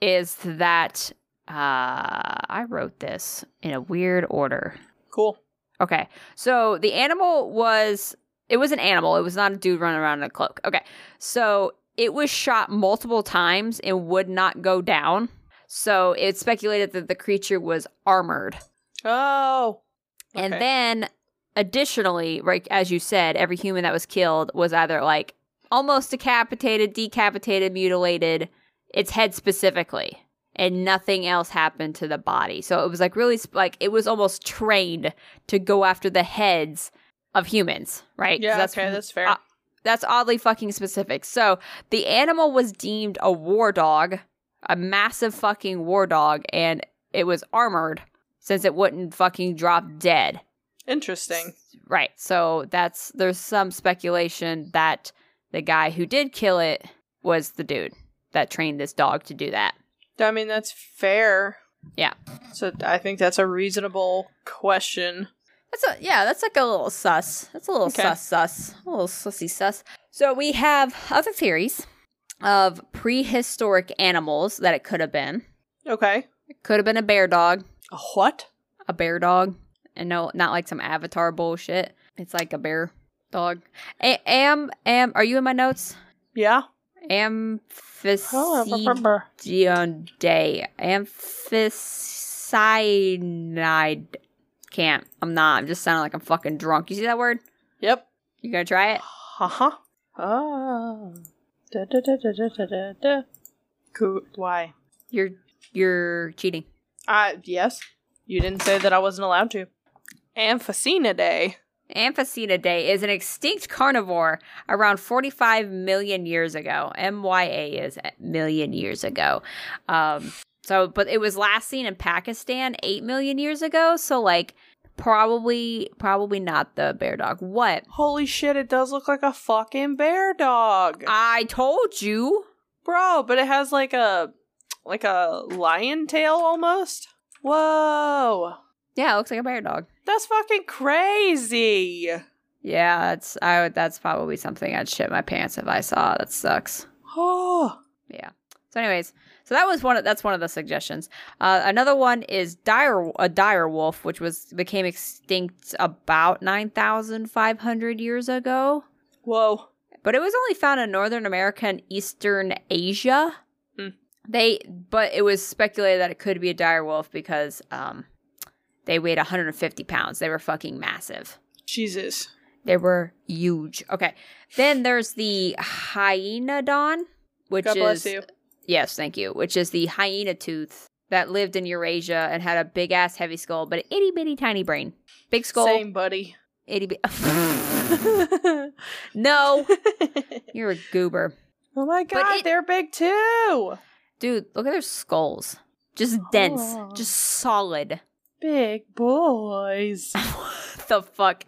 A: is that uh I wrote this in a weird order.
B: Cool.
A: Okay. So the animal was it was an animal. It was not a dude running around in a cloak. Okay. So it was shot multiple times and would not go down. So it's speculated that the creature was armored.
B: Oh.
A: And
B: Okay.
A: then additionally, right as you said, every human that was killed was either like almost decapitated, decapitated, mutilated, its head specifically, and nothing else happened to the body. So it was like really sp- like it was almost trained to go after the heads of humans, right? 'Cause
B: yeah, okay, that's fair.
A: uh, that's oddly fucking specific. So the animal was deemed a war dog, a massive fucking war dog, and it was armored since it wouldn't fucking drop dead.
B: Interesting.
A: Right. So that's there's some speculation that the guy who did kill it was the dude that trained this dog to do that.
B: I mean, that's fair.
A: Yeah.
B: So I think that's a reasonable question.
A: That's a yeah, that's like a little sus. That's a little
B: Okay.
A: sus sus. A little sussy sus. So we have other theories of prehistoric animals that it could have been.
B: Okay.
A: It could have been a bear dog.
B: A what?
A: A bear dog. And no not like some avatar bullshit. It's like a bear dog. A- am am are you in my notes?
B: Yeah. Oh,
A: Amphissididae. Amphicyanide. Can't. I'm not. I'm just sounding like I'm fucking drunk. You see that word?
B: Yep.
A: You gonna try it?
B: Ha ha. Oh. Da, da, da, da, da, da, da, da. Cool. Why?
A: You're you're cheating.
B: Uh, yes. You didn't say that I wasn't allowed to. Amphicena Day.
A: Amphicenidae is an extinct carnivore around 45 million years ago. MYA is a million years ago. Um, so, but it was last seen in Pakistan 8 million years ago. So, like, probably, probably not the bear dog. What?
B: Holy shit, it does look like a fucking bear dog.
A: I told you.
B: Bro, but it has like a like a lion tail almost. Whoa.
A: Yeah, it looks like a bear dog.
B: That's fucking crazy.
A: Yeah, that's I. would- That's probably something I'd shit my pants if I saw. That sucks.
B: Oh.
A: Yeah. So, anyways, so that was one. Of, that's one of the suggestions. Uh, another one is dire a dire wolf, which was became extinct about nine thousand five hundred years ago,
B: Whoa.
A: but it was only found in northern America and eastern Asia.
B: Hmm.
A: They, but it was speculated that it could be a dire wolf because um, they weighed one hundred and fifty pounds. They were fucking massive.
B: Jesus.
A: They were huge. Okay, then there's the hyenodon, which
B: God bless
A: is
B: you.
A: Yes, thank you. Which is the hyena tooth that lived in Eurasia and had a big ass heavy skull, but an itty bitty tiny brain. Big skull,
B: Same,
A: <laughs>
B: buddy.
A: itty bitty. <laughs>
B: Oh
A: no, you're a goober,
C: Oh my god,
A: it-
C: they're big too.
A: dude. Look at their skulls, just dense,
C: Oh.
A: just solid.
C: Big boys.
A: What <laughs> the fuck?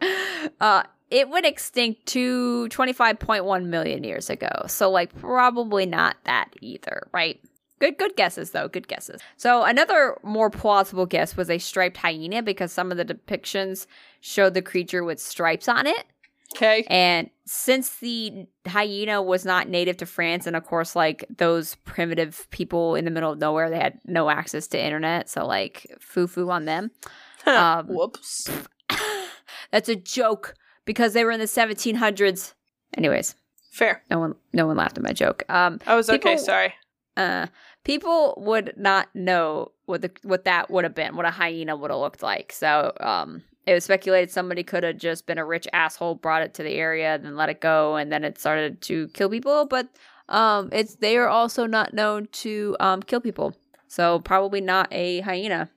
A: Uh, it went extinct to 25.1 million years ago. So, like, probably not that either, right? Good, good guesses though. Good guesses. So another more plausible guess was a striped hyena because some of the depictions showed the creature with stripes on it.
B: <laughs> Okay.
A: And since the hyena was not native to France, and of course, like those primitive people in the middle of nowhere, they had no access to internet. So like, foo foo on them. um,
B: Whoops.
A: <laughs> That's a joke because they were in the 1700s. Anyways,
B: Fair.
A: no one no one laughed at my joke. Um
B: I was okay.
A: people-
B: Sorry.
A: uh people would not know what the what that would have been, what a hyena would have looked like. So, um it was speculated somebody could have just been a rich asshole, brought it to the area, then let it go, and then it started to kill people. But um, it's they are also not known to um, kill people, so probably not a hyena.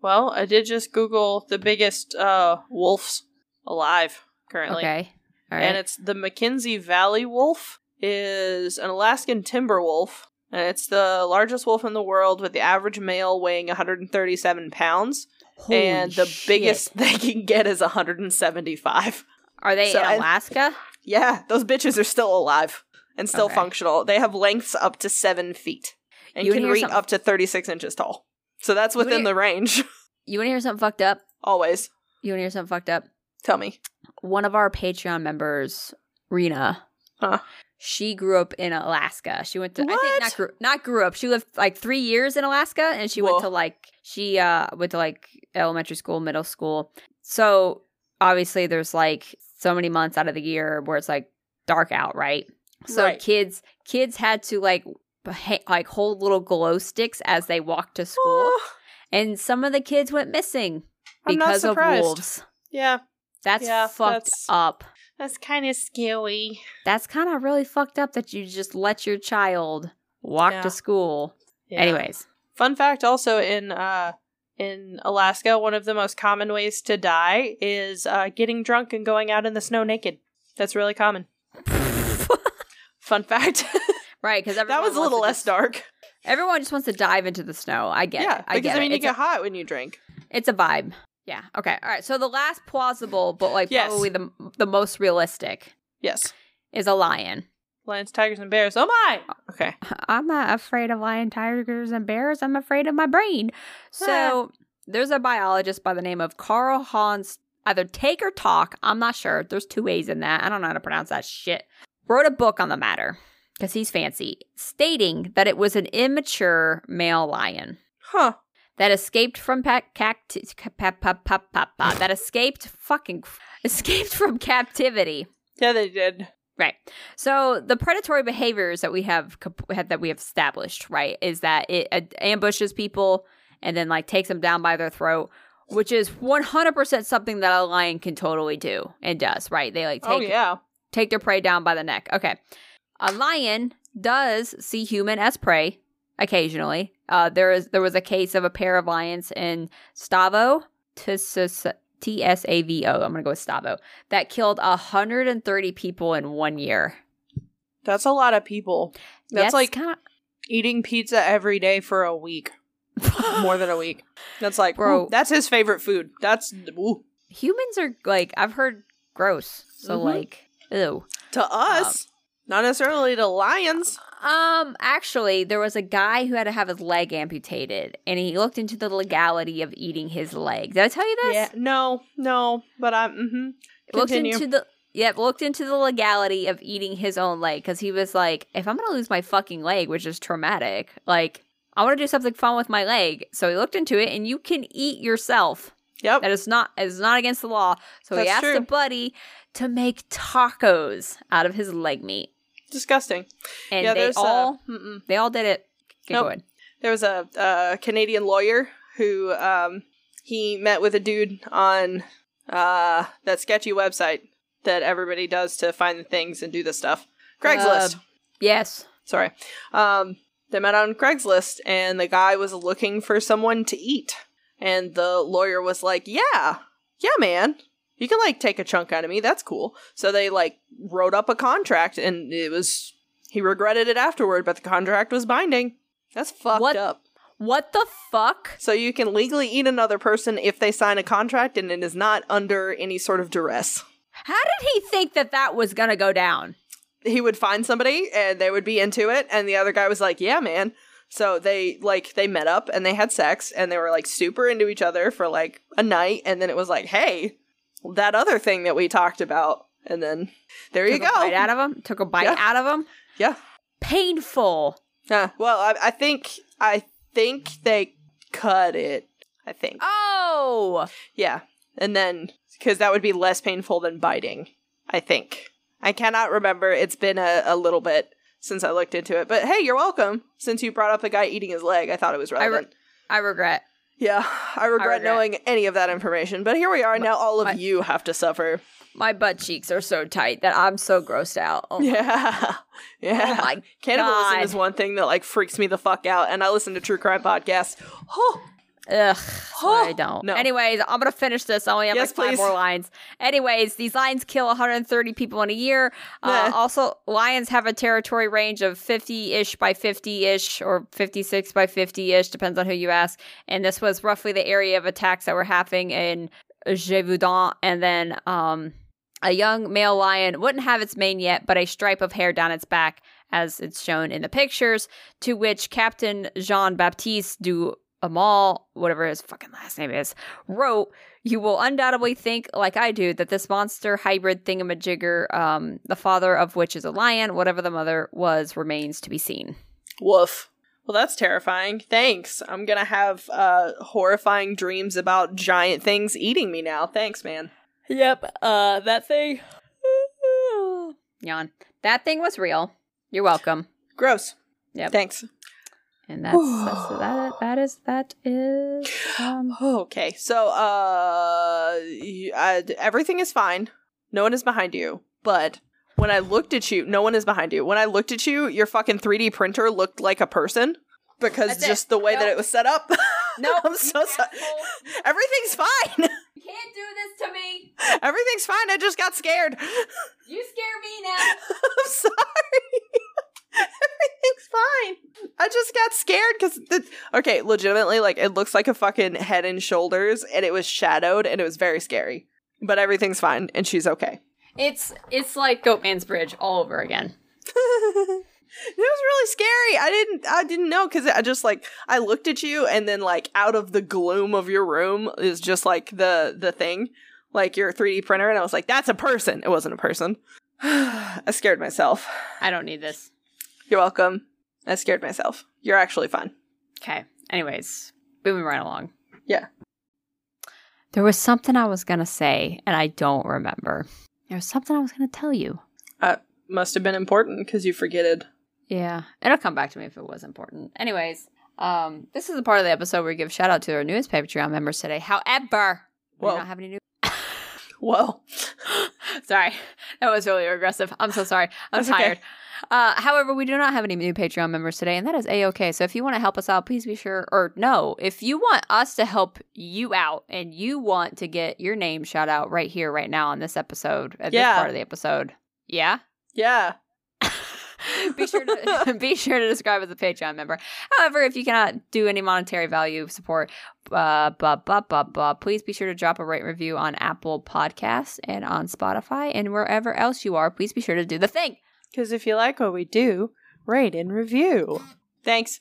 B: Well, I did just Google the biggest uh, wolves alive currently.
A: Okay, all right.
B: And it's the Mackenzie Valley wolf is an Alaskan timber wolf. And it's the largest wolf in the world with the average male weighing 137 pounds.
A: Holy
B: and the
A: shit.
B: biggest <laughs> they can get is 175.
A: are they
B: so
A: in
B: I-
A: Alaska?
B: Yeah, those bitches are still alive and still
A: Okay.
B: functional. They have lengths up to seven feet and
A: You wanna
B: can
A: hear
B: reach
A: something-
B: up to 36 inches tall. So that's
A: You wanna
B: within
A: hear-
B: the range. <laughs>
A: You want to hear something fucked up?
B: Always.
A: You want to hear something fucked up?
B: Tell me.
A: One of our Patreon members, Rena,
B: Huh.
A: she grew up in Alaska. She went to I think
B: What?
A: not grew not grew up. She lived like three years in Alaska, and she
B: Whoa.
A: went to like she uh went to like elementary school, middle school. So obviously, there's like so many months out of the year where it's like dark out, right? So
B: Right.
A: kids kids had to like beh- like hold little glow sticks as they walked to school,
B: Oh,
A: and some of the kids went missing
B: I'm not
A: because of
B: surprised.
A: wolves.
B: yeah,
A: That's
B: Yeah,
A: fucked
B: that's-
A: up.
C: That's kind of scary.
A: That's kind of really fucked up that you just let your child walk
B: Yeah.
A: to school.
B: yeah.
A: Anyways,
B: Fun fact also in uh in Alaska, one of the most common ways to die is uh getting drunk and going out in the snow naked. That's really common.
A: <laughs>
B: Fun fact.
A: right? Because
B: <laughs> that was a little less dark.
A: Everyone just wants to dive into the snow. I get.
B: yeah,
A: it. I
B: because
A: get
B: I mean
A: it.
B: you
A: it's,
B: get hot when you drink.
A: a, it's a vibe. Yeah. Okay. All right. So the last plausible, but like
B: Yes.
A: probably the the most realistic
B: Yes.
A: is a lion.
B: Lions, tigers, and bears. Oh my. Okay.
A: I'm not afraid of lion, tigers, and bears. I'm afraid of my brain. So there's a biologist by the name of Carl Hans, either Take or Talk. I'm not sure. There's two ways in that. I don't know how to pronounce that shit. Wrote a book on the matter because he's fancy, stating that it was an immature male lion
B: Huh.
A: that escaped from pa- cact- ca- pa- pa- pa- pa- pa- that escaped fucking <laughs> escaped from captivity.
B: Yeah, they did.
A: Right. So the predatory behaviors that we have comp- had- that we have established, right, is that it uh, ambushes people and then like takes them down by their throat, which is 100% something that a lion can totally do and does, right? They like take
B: oh yeah.
A: take their prey down by the neck. Okay. A lion does see human as prey occasionally. Uh, there is there was a case of a pair of lions in Stavo, Tis- T S A V O. I'm gonna go with Stavo that killed 130 people in one year.
B: That's a lot of people. That's
A: <laughs>
B: like
A: kind
B: eating pizza every day for a week.
A: of
B: More than a week. That's like,
A: Bro.
B: ooh, that's his favorite food. That's ooh.
A: humans are like I've heard gross. So
B: Mhm.
A: like ew.
B: To us, not necessarily to lions.
A: Um, actually, there was a guy who had to have his leg amputated, and he looked into the legality of eating his leg. Did I tell you this?
B: Yeah, no, no, but I'm. Mm-hmm.
A: looked
B: Continue.
A: into the yeah, looked into the legality of eating his own leg because he was like, if I'm gonna lose my fucking leg, which is traumatic, like I want to do something fun with my leg. So he looked into it, and you can eat yourself.
B: Yep.
A: That is not it is not against the law. So he
B: That's
A: asked a
B: true.
A: buddy to make tacos out of his leg meat,
B: Disgusting.
A: and
B: yeah,
A: they
B: there's
A: all
B: a, mm-mm.
A: they all did it. Get
B: Nope.
A: going.
B: there was a, a Canadian lawyer who um he met with a dude on uh that sketchy website that everybody does to find the things and do the stuff. Craigslist.
A: Uh, Yes.
B: Sorry. Um, they met on Craigslist, and the guy was looking for someone to eat. And the lawyer was like, Yeah, yeah, man. You can, like, take a chunk out of me. That's cool. So they, like, wrote up a contract, and it was. He regretted it afterward, but the contract was binding. That's fucked
A: What?
B: up.
A: What the fuck?
B: So you can legally eat another person if they sign a contract and it is not under any sort of duress.
A: How did he think that that was gonna go down?
B: he would find somebody and they would be into it and the other guy was like yeah man so they like they met up and they had sex and they were like super into each other for like a night and then it was like hey that other thing that we talked about and then there you
A: Took a bite
B: go
A: out of him. Took a bite
B: Yeah.
A: out of him.
B: yeah
A: Painful.
B: yeah well I, I think i think they cut it i think
A: Oh,
B: yeah and then because that would be less painful than biting i think i cannot remember it's been a, a little bit since i looked into it but hey you're welcome since you brought up the guy eating his leg i thought it was
A: re-
B: relevant
A: I regret.
B: yeah i regret,
A: regret.
B: knowing any of that information but here we are now all of
A: my-
B: you have to suffer <laughs>
A: My butt cheeks are so tight that I'm so grossed out. Oh, my-
B: yeah yeah
A: oh my
B: cannibalism
A: God.
B: is one thing that like freaks me the fuck out and i listen to true crime podcasts oh
A: Ugh,
B: Oh, <gasps>
A: I don't.
B: no.
A: Anyways, I'm gonna finish this. I only have like
B: Yes,
A: five
B: please.
A: more lines. Anyways, these lions kill 130 people in a year. Uh,
B: Bleh.
A: also, lions have a territory range of 50-ish by 50-ish or 56 by 50-ish, depends on who you ask. And this was roughly the area of attacks that were happening in Gévaudan. And then um, a young male lion wouldn't have its mane yet, but a stripe of hair down its back, as it's shown in the pictures. To which Captain Jean Baptiste du Amal, whatever his fucking last name is, wrote, You will undoubtedly think, like I do, that this monster hybrid thingamajigger, um, the father of which is a lion, whatever the mother was, remains to be
B: <laughs>
A: seen.
B: Woof. Well, that's terrifying. Thanks. I'm gonna have uh, horrifying dreams about giant things eating me now. Thanks, man.
A: Yep, uh, that thing. Yawn. That thing was real. You're welcome.
B: Gross.
A: Yep.
B: Thanks.
A: And
B: <sighs>
A: that's, that's that. That is that is. Um,
B: <sighs> Okay. So, uh, you, uh, everything is fine. No one is behind you. But when I looked at you, no one is behind you. When I looked at you, your fucking 3D printer looked like a person because
A: That's it.
B: just the way that
A: Nope.
B: it was set up. <laughs>
A: no,
B: I'm so sorry. Everything's fine. <laughs>
A: You can't do this to me.
B: Everything's fine. I just got scared.
A: You scare me now.
B: <laughs> I'm sorry. Everything's fine. I just got scared because okay, legitimately, like it looks like a fucking head and shoulders, and it was shadowed, and it was very scary. But everything's fine, and she's okay. <laughs>
A: It's it's like Goatman's Bridge all over again.
B: it was really scary. I didn't, I didn't know because I just like I looked at you, and then like out of the gloom of your room is just like the the thing, like your 3D printer, and I was like, that's a person. It wasn't a person. <sighs> I scared myself.
A: I don't need this.
B: You're welcome. I scared myself. You're actually fine.
A: Okay. Anyways, moving right along.
B: Yeah.
A: There was something I was gonna say, and I don't remember. There was something I was gonna tell you.
B: Must have been important because you forgetted.
A: Yeah, it'll come back to me if it was important. Anyways, um, this is the part of the episode where we give shout out to our newest Patreon members today. However, we
B: Whoa.
A: don't have any new.
B: Whoa.
A: Sorry, <laughs> that was really aggressive. I'm so sorry. I'm
B: That's okay.
A: tired. Uh, however, we do not have any new Patreon members today, and that is a okay. So if you want to help us out, please be sure, or no, if you want us to help you out and you want to get your name shout out right here, right now on this episode, at
B: Yeah.
A: this part of the episode, yeah.
B: Yeah.
A: be sure to <laughs> be sure to describe as a Patreon member. However, if you cannot do any monetary value support, uh, blah, blah, blah, blah, please be sure to drop a rate and review on Apple Podcasts and on Spotify and wherever else you are. Please be sure to do the thing.
C: Because if you like what we do, rate and review.
B: Thanks.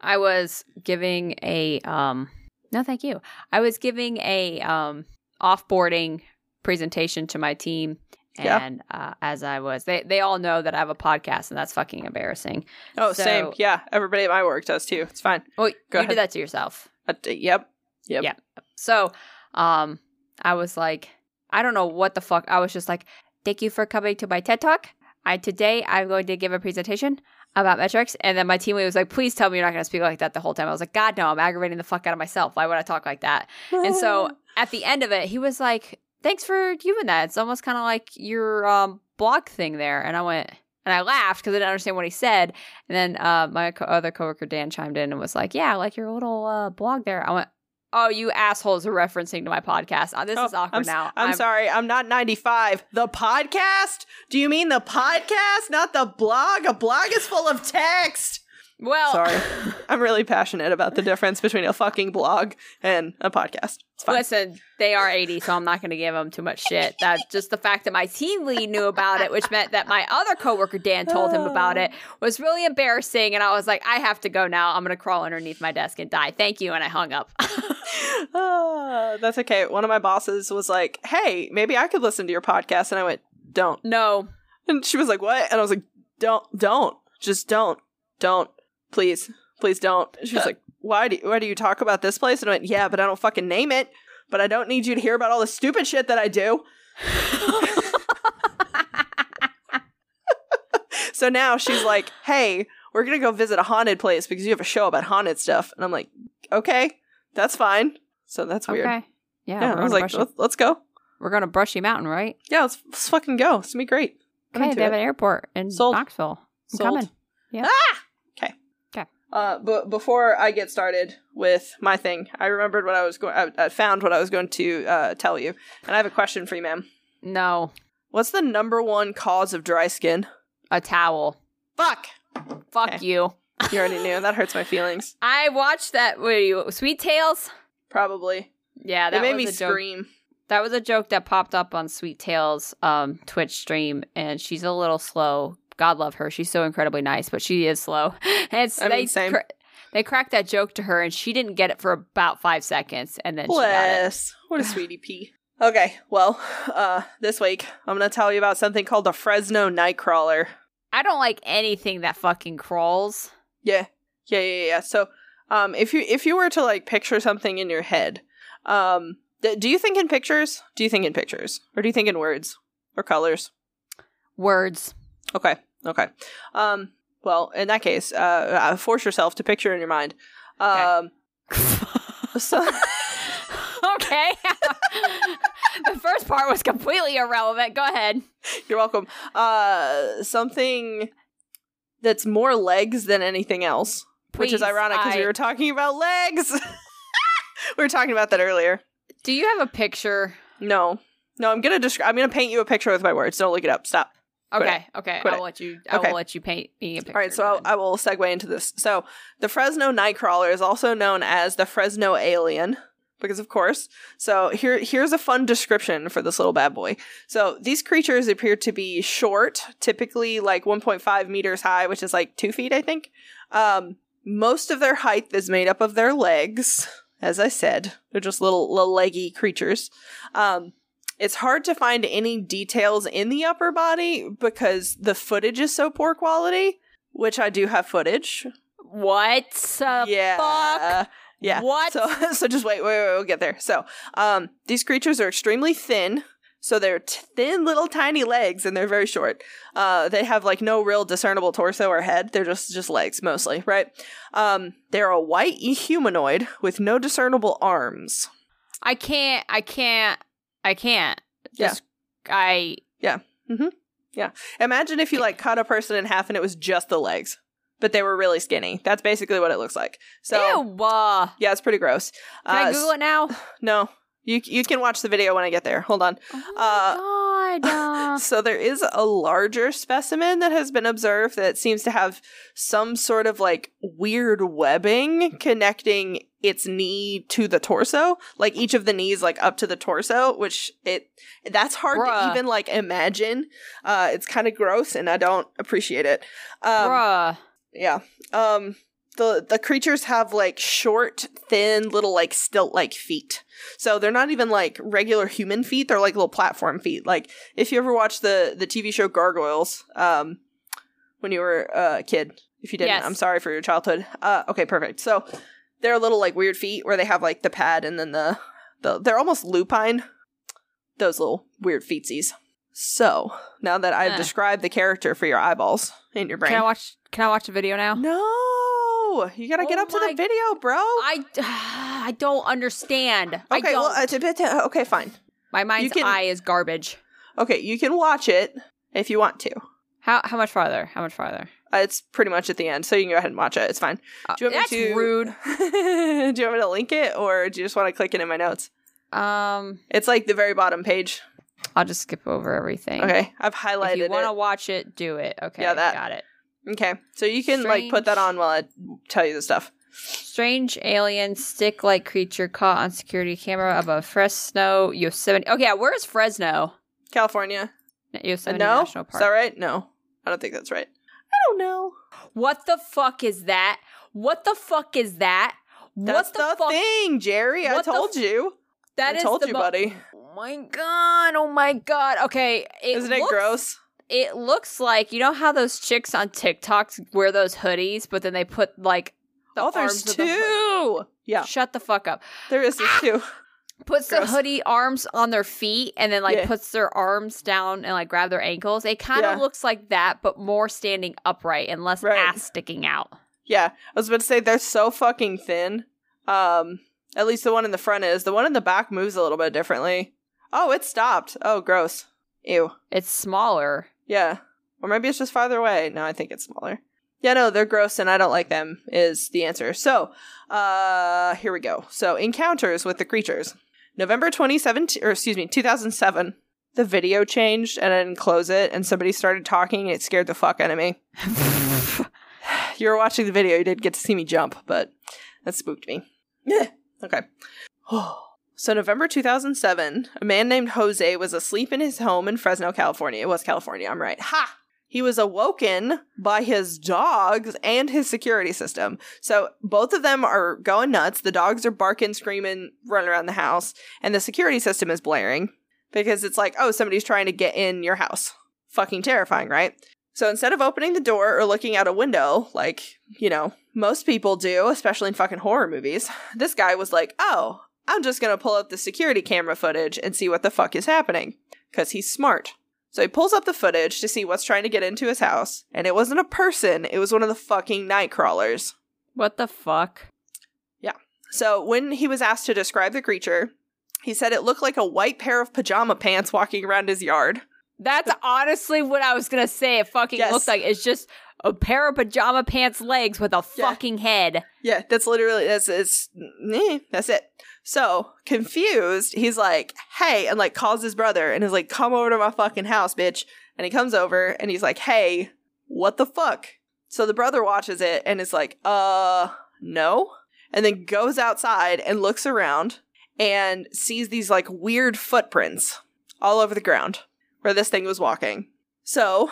A: I was giving a um no thank you. I was giving a um offboarding presentation to my team
B: Yeah.
A: And uh, as I was, they they all know that I have a podcast, and that's fucking embarrassing.
B: Oh,
A: So-
B: same. Yeah, everybody at my work does too. It's fine.
A: Well, you
B: Go ahead.
A: did that to yourself.
B: But, uh, yep. Yep.
A: Yeah. So, um, I was like, I don't know what the fuck. I was just like, thank you for coming to my TED Talk. I today I'm going to give a presentation about metrics, and then my teammate was like, please tell me you're not going to speak like that the whole time. I was like, God no, I'm aggravating the fuck out of myself. Why would I talk like that? And so at the end of it, he was like, "Thanks for doing that. It's almost kind of like your um, blog thing there." And I went and I laughed because I didn't understand what he said. And then uh, my co- other coworker Dan chimed in and was like, "Yeah, I like your little uh, blog there." I went, "Oh, you assholes are referencing to my podcast. Uh, this
B: Oh,
A: is awkward
B: I'm, s-
C: Ah.
A: now.
B: I'm, sorry. I'm not 95. The podcast? Do you mean the podcast, not the blog? A blog is full of text.
A: Well,
B: Sorry. <laughs> I'm really passionate about the difference between a fucking blog and a podcast. It's fine.
A: Listen, they are 80, so I'm not going to give them too much shit. That just the fact that my team lead knew about it, which meant that my other coworker Dan told him about
B: <laughs>
A: it, was really embarrassing. And I was like, I have to go now. I'm going to crawl underneath my desk and die. Thank you. And I hung up. <laughs>
B: Ah, that's okay. One of my bosses was like, "Hey, maybe I could listen to your podcast," and I went, "Don't."
A: no,
B: And she was like, "What?" And I was like, "Don't, don't, just don't, don't, please, please don't." And she
A: Uh,
B: was like, "Why do why do you talk about this place?" And I went, "Yeah, but I don't fucking name it. But I don't need you to hear about all the stupid shit that I do." <laughs> so now she's like, "Hey, we're gonna go visit a haunted place because you have a show about haunted stuff," and I'm like, "Okay, that's fine." So that's weird.
A: Okay. Yeah.
B: Yeah,
A: we're,
B: I
A: gonna
B: was like,
A: brushy,
B: let's, let's go.
A: we're gonna Brushy Mountain, right?
B: Yeah, let's, let's fucking go. It's gonna be great. I'm
A: Okay,
B: into
A: they have
B: it.
A: an airport in
B: Sold.
A: Knoxville. I'm
B: Sold.
A: coming. Yeah.
B: Ah! Okay.
A: 'Kay.
B: Uh, but before I get started with my thing, I remembered what I was going. I, I found what I was going to uh, tell you, and I have a question for you, ma'am.
A: No,
B: What's the number one cause of dry skin?
A: a towel.
B: Fuck.
A: Fuck
B: Okay.
A: you.
B: You already knew. That hurts my feelings.
A: I watched that. What are you? Sweet Tales.
B: Probably.
A: Yeah, that
B: it made
A: was
B: me
A: a joke.
B: scream.
A: That was a joke that popped up on Sweet Tails um, Twitch stream, and she's a little slow. God love her; she's so incredibly nice, but she is slow. <laughs> And it's,
B: I mean,
A: they
B: same.
A: cra- they cracked that joke to her, and she didn't get it for about five seconds, and then she got it.
B: Bless.
A: <sighs>
B: What a sweetie pea. Okay, well, uh, this week I'm gonna tell you about something called the Fresno Nightcrawler.
A: I don't like anything that fucking crawls.
B: Yeah. Yeah, yeah, yeah. So, um if you if you were to like picture something in your head, um th- do you think in pictures? Do you think in pictures? Or do you think in words or colors?
A: Words. <laughs>
B: Okay. Okay. Um well, in that case, uh, uh force yourself to picture in your mind. Um so- <laughs>
A: okay. <laughs> the first part was completely irrelevant. Go ahead.
B: you're welcome. Uh something that's more legs than anything else, which is
A: Please,
B: ironic because we
A: I-
B: were talking about legs. <laughs> we were talking about that earlier.
A: Do you have a picture?
B: No. No, I'm gonna describe. I'm gonna paint you a picture with my words. Don't look it up. Stop. Quit it.
A: Okay. Okay.
B: Quit
A: I
B: it.
A: will let you. I
B: Okay.
A: will let you paint me a picture.
B: All right, so I'll,
A: then.
B: I will segue into this. So the Fresno Nightcrawler is also known as the Fresno Alien because, of course. So here, here's a fun description for this little bad boy. So these creatures appear to be short, typically like 1.5 meters high, which is like two feet, I think. Um, most of their height is made up of their legs. As I said, they're just little, little leggy creatures. Um, it's hard to find any details in the upper body because the footage is so poor quality, which I do have footage.
A: What Um, the fuck?
B: Yeah.
A: What?
B: So <laughs> so just wait, wait, wait, we'll get there. So, um these creatures are extremely thin. So they're t- thin little tiny legs and they're very short. Uh they have like no real discernible torso or head. They're just just legs mostly, right? Um they're a white humanoid with no discernible arms.
A: I can't. I can't. I can't.
B: Yeah.
A: Just, I.
B: Imagine if you like cut a person in half and it was just the legs, but they were really skinny. That's basically what it looks like. So
A: ew. uh,
B: yeah, it's pretty gross. Uh,
A: Can I
B: s-
A: Google it now?
B: No, you you can watch the video when I get there. Hold on. uh,
A: Oh my
B: <laughs>
A: god.
B: So there is a larger specimen that has been observed that seems to have some sort of like weird webbing connecting its knee to the torso, like each of the knees like up to the torso, which it that's hard to
A: Bruh.
B: even like imagine. Um, Uh, it's kind of gross, and I don't appreciate it. Um,
A: Bruh.
B: yeah. Um the the creatures have like short, thin, little like stilt like feet. So they're not even like regular human feet; they're like little platform feet. Like if you ever watched the the TV show Gargoyles, um, when you were a kid. If you didn't,
A: Yes.
B: I'm sorry for your childhood. Uh, okay, perfect. So they're little like weird feet where they have like the pad and then the the they're almost lupine. Those little weird feetsies. So now that I've
A: Ugh.
B: described the character for your eyeballs and your brain,
A: Uh. Can I watch? Can I watch a video now?
B: no, you gotta get
A: Oh
B: up to the
A: my-
B: video, bro.
A: I <sighs> I don't understand. I
B: okay,
A: don't.
B: well, uh, it's a bit- okay, fine.
A: My mind's
B: can-
A: eye is garbage.
B: Okay, you can watch it if you want to.
A: How how much farther? How much farther?
B: Uh, it's pretty much at the end, so you can go ahead and watch it. It's fine.
A: Uh,
B: Do you want me
A: that's
B: to-
A: rude.
B: <laughs> do you want me to link it, or do you just want to click it in my notes?
A: Um,
B: It's like the very bottom page.
A: I'll just skip over everything.
B: Okay, I've
A: If
B: highlighted
A: you want to
B: it.
A: watch it, do it. Okay.
B: Yeah, that.
A: Got it.
B: Okay, so you can like put that on while I tell you the stuff.
A: Strange alien stick-like creature caught on security camera above Fresno, Yosemite. Okay, yeah, where is Fresno?
B: California. Uh,
A: Yosemite
B: no, is
A: National Park.
B: that right? No, I don't think that's right. I don't know.
A: What the fuck is that? What the fuck is that?
B: That's
A: what the, fuck?
B: thing, Jerry? I
A: What the
B: told
A: f-
B: you.
A: That
B: I
A: is
B: told
A: the
B: you,
A: mo-
B: buddy.
A: Oh my god! Oh my god! Okay, is
B: Isn't it gross?
A: it looks like you know how those chicks on TikToks wear those hoodies, but then they put like the
B: oh, there's
A: arms of the hood-
B: two. yeah,
A: Shut the fuck up.
B: there is this two. <laughs>
A: Puts the
B: Gross.
A: hoodie arms on their feet and then like
B: Yeah.
A: puts their arms down and like grab their ankles. It kind of
B: Yeah.
A: looks like that, but more standing upright and less
B: Right.
A: ass sticking out.
B: Yeah, I was about to say they're so fucking thin. Um, at least the one in the front is. The one in the back moves a little bit differently. Oh, it stopped. Oh, gross. Ew.
A: It's smaller. <laughs>
B: Yeah. Or maybe it's just farther away. No, I think it's smaller. Yeah, no, they're gross and I don't like them is the answer. So, uh here we go. So, encounters with the creatures. November 2017 or excuse me, 2007. The video changed and I didn't close it and somebody started talking and it scared the fuck out of me. <sighs> You were watching the video, you did get to see me jump, but that spooked me. Yeah. <sighs> Okay. So, November 2007, a man named Jose was asleep in his home in Fresno, California. It was California, I'm right. Ha! He was awoken by his dogs and his security system. So, both of them are going nuts. The dogs are barking, screaming, running around the house, and the security system is blaring because it's like, oh, somebody's trying to get in your house. Fucking terrifying, right? So instead of opening the door or looking out a window, like, you know, most people do, especially in fucking horror movies, this guy was like, oh, I'm just gonna pull up the security camera footage and see what the fuck is happening. Cause he's smart. So he pulls up the footage to see what's trying to get into his house, and it wasn't a person, it was one of the fucking night crawlers.
A: What the fuck?
B: So when he was asked to describe the creature, he said it looked like a white pair of pajama pants walking around his yard.
A: That's honestly what I was gonna say. It fucking
B: Yes.
A: looks like it's just a pair of pajama pants legs with a
B: Yeah.
A: fucking head.
B: Yeah, that's literally that's it's eh, that's it. So confused, he's like, "Hey," and like calls his brother and is like, "Come over to my fucking house, bitch." And he comes over and he's like, "Hey, what the fuck?" So the brother watches it and is like, "Uh, no," and then goes outside and looks around and sees these like weird footprints all over the ground where this thing was walking. So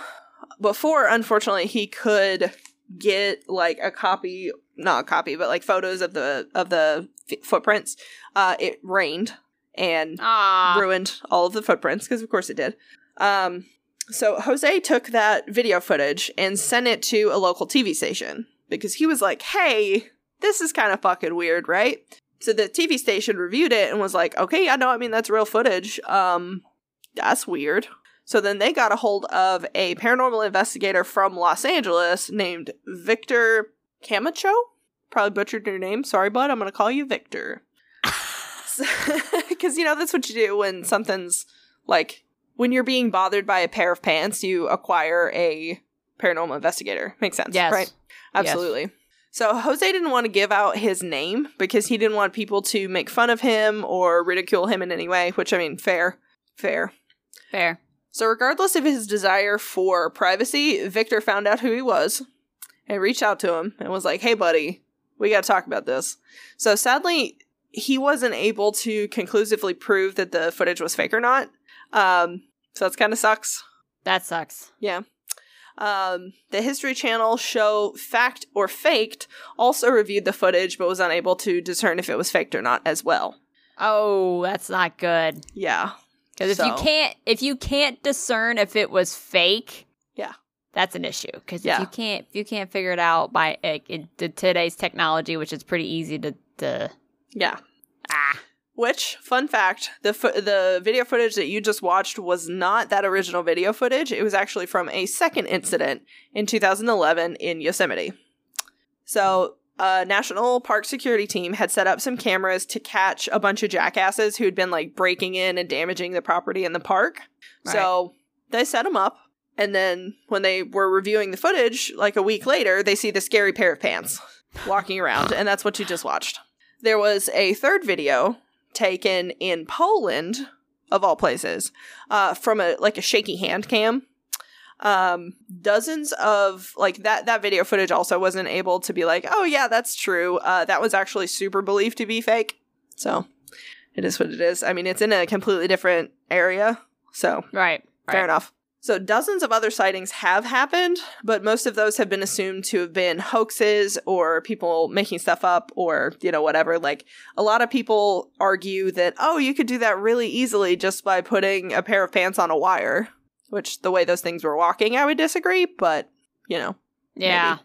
B: before, unfortunately, he could get like a copy not a copy but like photos of the of the f- footprints uh it rained and
A: Ah,
B: ruined all of the footprints because of course it did um so jose took that video footage and sent it to a local tv station because he was like hey this is kind of fucking weird right so the tv station reviewed it and was like okay yeah no i mean that's real footage um that's weird so then they got a hold of a paranormal investigator from los angeles named victor camacho probably butchered your name sorry bud i'm gonna call you victor
A: <laughs>
B: <laughs> because you know that's what you do when something's like when you're being bothered by a pair of pants you acquire a paranormal investigator makes sense
A: yes.
B: right absolutely so jose didn't want to give out his name because he didn't want people to make fun of him or ridicule him in any way which i mean fair fair
A: Fair.
B: so, regardless of his desire for privacy, Victor found out who he was and reached out to him and was like, hey, buddy, we got to talk about this. So, sadly, he wasn't able to conclusively prove that the footage was fake or not. Um, so, that's kind of sucks.
A: That sucks.
B: Um, the History Channel show Fact or Faked also reviewed the footage but was unable to discern if it was faked or not as well.
A: Oh, that's not good.
B: Yeah.
A: Because if you
B: So-
A: can't if you can't discern if it was fake,
B: Yeah.
A: that's an issue. Because if
B: Yeah.
A: you can't if you can't figure it out by like, in the, today's technology, which is pretty easy to, to
B: Yeah.
A: ah
B: Which fun fact, the fo- the video footage that you just watched was not that original video footage. It was actually from a second incident in 2011 in Yosemite. So, a national park security team had set up some cameras to catch a bunch of jackasses who had been like breaking in and damaging the property in the park. So, they set them up and then when they were reviewing the footage like a week later, they see the scary pair of pants walking around and that's what you just watched. There was a third video taken in Poland, of all places, uh, from a like a shaky hand cam. Um, dozens of like that that video footage also wasn't able to be like, oh yeah, that's true. Uh, that was actually super believed to be fake. So it is what it is. I mean, it's in a completely different area, so
A: right, right.
B: Fair enough. So, dozens of other sightings have happened, but most of those have been assumed to have been hoaxes or people making stuff up or, you know, whatever. Like, a lot of people argue that, oh, you could do that really easily just by putting a pair of pants on a wire, which the way those things were walking, I would disagree, but, you know,
A: Yeah,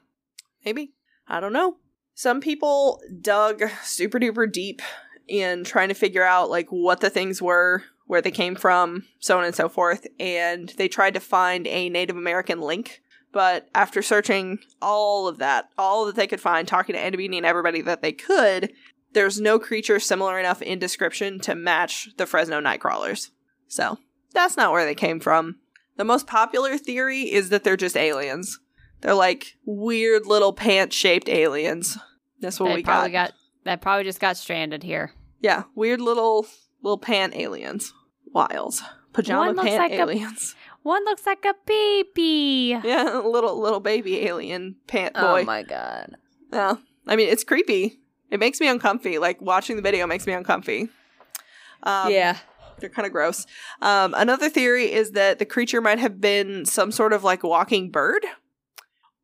B: maybe. I don't know. Some people dug super duper deep in trying to figure out like what the things were, where they came from, so on and so forth, and they tried to find a Native American link. But after searching all of that, all that they could find, talking to anybody and everybody that they could, there's no creature similar enough in description to match the Fresno Nightcrawlers. So that's not where they came from. The most popular theory is that they're just aliens. They're like weird little pant shaped aliens. That's what
A: They
B: we
A: probably
B: got.
A: got. that probably just got stranded here.
B: Yeah, weird little little pant aliens. Wiles. Pajama
A: One looks
B: pant
A: like a-
B: aliens. <laughs>
A: One looks like a baby. Oh
B: Yeah, little little baby alien pant boy.
A: my god.
B: yeah. I mean, it's creepy. It makes me uncomfy. Like watching the video makes me uncomfy. Um,
A: yeah.
B: They're kind of gross. Um, another theory is that the creature might have been some sort of like walking bird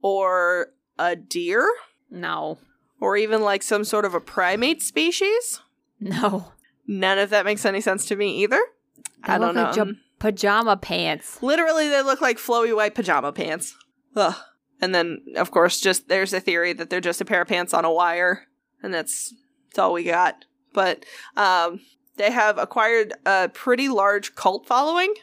B: or a deer
A: No.
B: or even like some sort of a primate species.
A: No.
B: None of that makes any sense to me either.
A: They
B: I
A: look
B: don't know.
A: like ja- pajama pants.
B: Literally, they look like flowy white pajama pants. Ugh. And then, of course, just there's a theory that they're just a pair of pants on a wire, and that's that's all we got. But um, they have acquired a pretty large cult following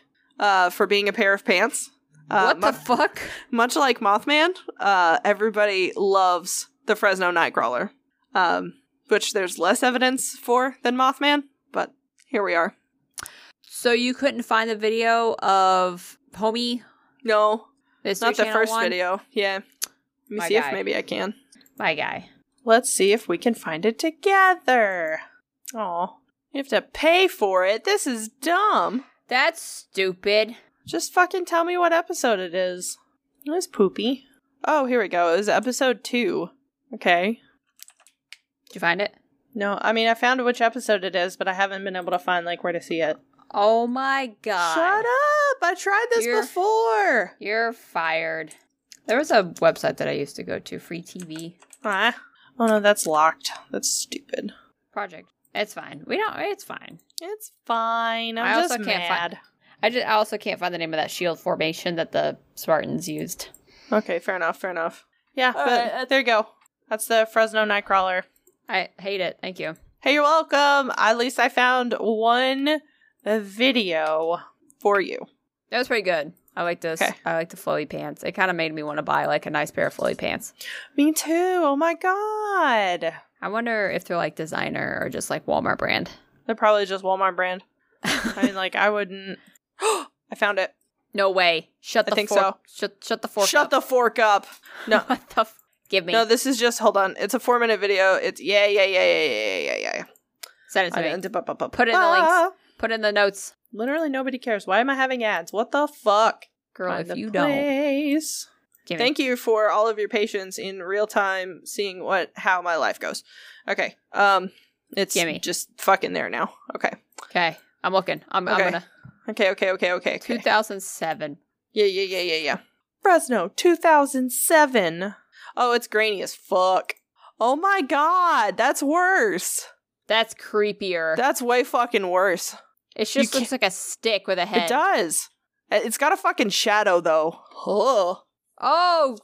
B: uh, for being a pair of pants. Uh,
A: what
B: mu-
A: the fuck?
B: much like Mothman, uh, everybody loves the Fresno Nightcrawler, um, which there's less evidence for than Mothman, but here we are.
A: So you couldn't find the video of homie?
B: No,
A: This
B: not the first video. Yeah. Let me
A: My
B: see
A: guy.
B: if maybe I can.
A: My guy.
B: Let's see if we can find it together. Oh, you have to pay for it. This is dumb.
A: That's stupid.
B: Just fucking tell me what episode it is. It was poopy. Oh, here we go. It was episode two. Okay.
A: Did you find it?
B: No, I mean I found which episode it is, but I haven't been able to find like where to see it.
A: Oh my god.
B: Shut up! I tried this
A: You're-
B: before.
A: You're fired. There was a website that I used to go to, free TV
B: Ah. Oh no, that's locked. That's stupid.
A: project. It's fine. We don't. It's fine.
B: It's fine. I'm
A: I also
B: just
A: can't
B: mad.
A: I just. I also can't find the name of that shield formation that the Spartans used.
B: Okay, fair enough. Fair enough. Yeah,
A: All
B: but
A: right,
B: there you go. That's the Fresno Nightcrawler.
A: I hate it. Thank you.
B: Hey, you're welcome. At least I found one video for you.
A: That was pretty good. I like this.
B: Okay.
A: I like the flowy pants. It kind of made me want to buy like a nice pair of flowy pants.
B: Me too. Oh my god.
A: I wonder if they're like designer or just like Walmart brand.
B: They're probably just Walmart brand. I mean, like I <gasps> wouldn't. I found it.
A: No way. Shut
B: I
A: the
B: think
A: fork.
B: so.
A: Shut shut the fork.
B: Shut the fork up. No.
A: <laughs> what the f- give me.
B: No, this is just hold on. It's a four minute video. It's yeah, yeah, yeah, yeah, yeah, yeah, yeah, yeah.
A: Send it to
B: I
A: me.
B: didn't- bu- bu- bu-
A: Put it in the links.
B: ah.
A: Put in the notes,
B: Literally, nobody cares. Why am I having ads? What the fuck?
A: girl.
B: Find
A: if
B: the
A: you don't,
B: place.
A: give me.
B: Thank you for all of your patience in real time, seeing what how my life goes. Okay, um, it's
A: Gimme.
B: just fucking there now. Okay,
A: Okay, I'm looking. I'm, I'm
B: Okay.
A: gonna.
B: okay, okay, okay, okay. okay.
A: 2007.
B: Yeah, yeah, yeah, yeah, yeah.
C: Fresno, 2007.
B: Oh, it's grainy as fuck. Oh my god, that's worse.
A: That's creepier.
B: That's way fucking worse.
A: it just looks like a stick with a
B: It
A: head.
B: does. It- It's got a fucking shadow though. Ugh.
A: Oh,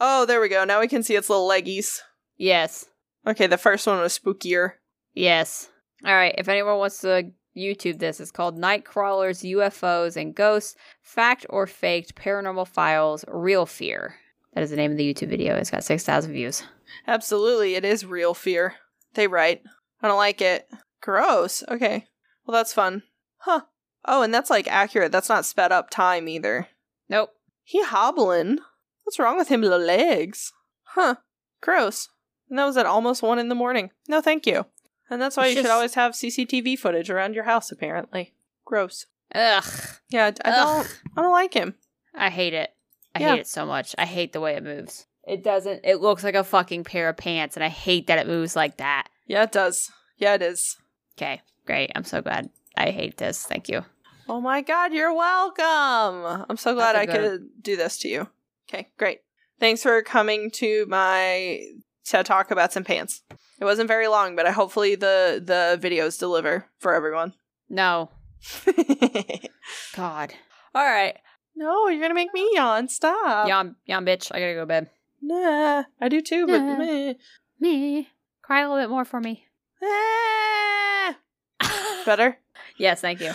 B: Oh, there we go. Now we can see its little leggies.
A: yes.
B: Okay, the first one was spookier.
A: Yes. All right. If anyone wants to YouTube this, it's called Nightcrawlers, UFOs, and Ghosts Fact or Faked Paranormal Files Real Fear. That is the name of the YouTube video. It's got 6,000 views.
B: Absolutely, it is real fear. They right. I don't like it. Gross. Okay. Well, that's fun. Huh. Oh, and that's like accurate. That's not sped up time either.
A: Nope.
B: He hobbling. What's wrong with him little legs? Huh. Gross. And that was at almost one in the morning. No, thank you. And that's why
A: It's
B: you should
A: just-
B: always have CCTV footage around your house. Apparently. Gross.
A: Ugh.
B: Yeah, I- I
A: Ugh.
B: don't. I don't like him.
A: I hate it. I
B: Yeah.
A: hate it so much. I hate the way it moves. It doesn't. It looks like a fucking pair of pants, and I hate that it moves like that.
B: Yeah, it does. Yeah, it is.
A: Okay, great. I'm so glad. I hate this. Thank you.
B: Oh my god, you're welcome. I'm so glad
A: That's a
B: I
A: good
B: could do this to you. Okay, great. Thanks for coming to my TED talk about some pants. It wasn't very long, but I hopefully the the videos deliver for everyone. <laughs>
A: No, God. All right,
B: no, you're gonna make me yawn. Stop.
A: yon, yon, bitch. I gotta go to bed.
B: Nah, I do too, but
A: Nah.
B: meh.
A: Me, cry a little bit more for
B: <laughs>
A: me. <laughs>
B: Ah. better.
A: yes, thank you.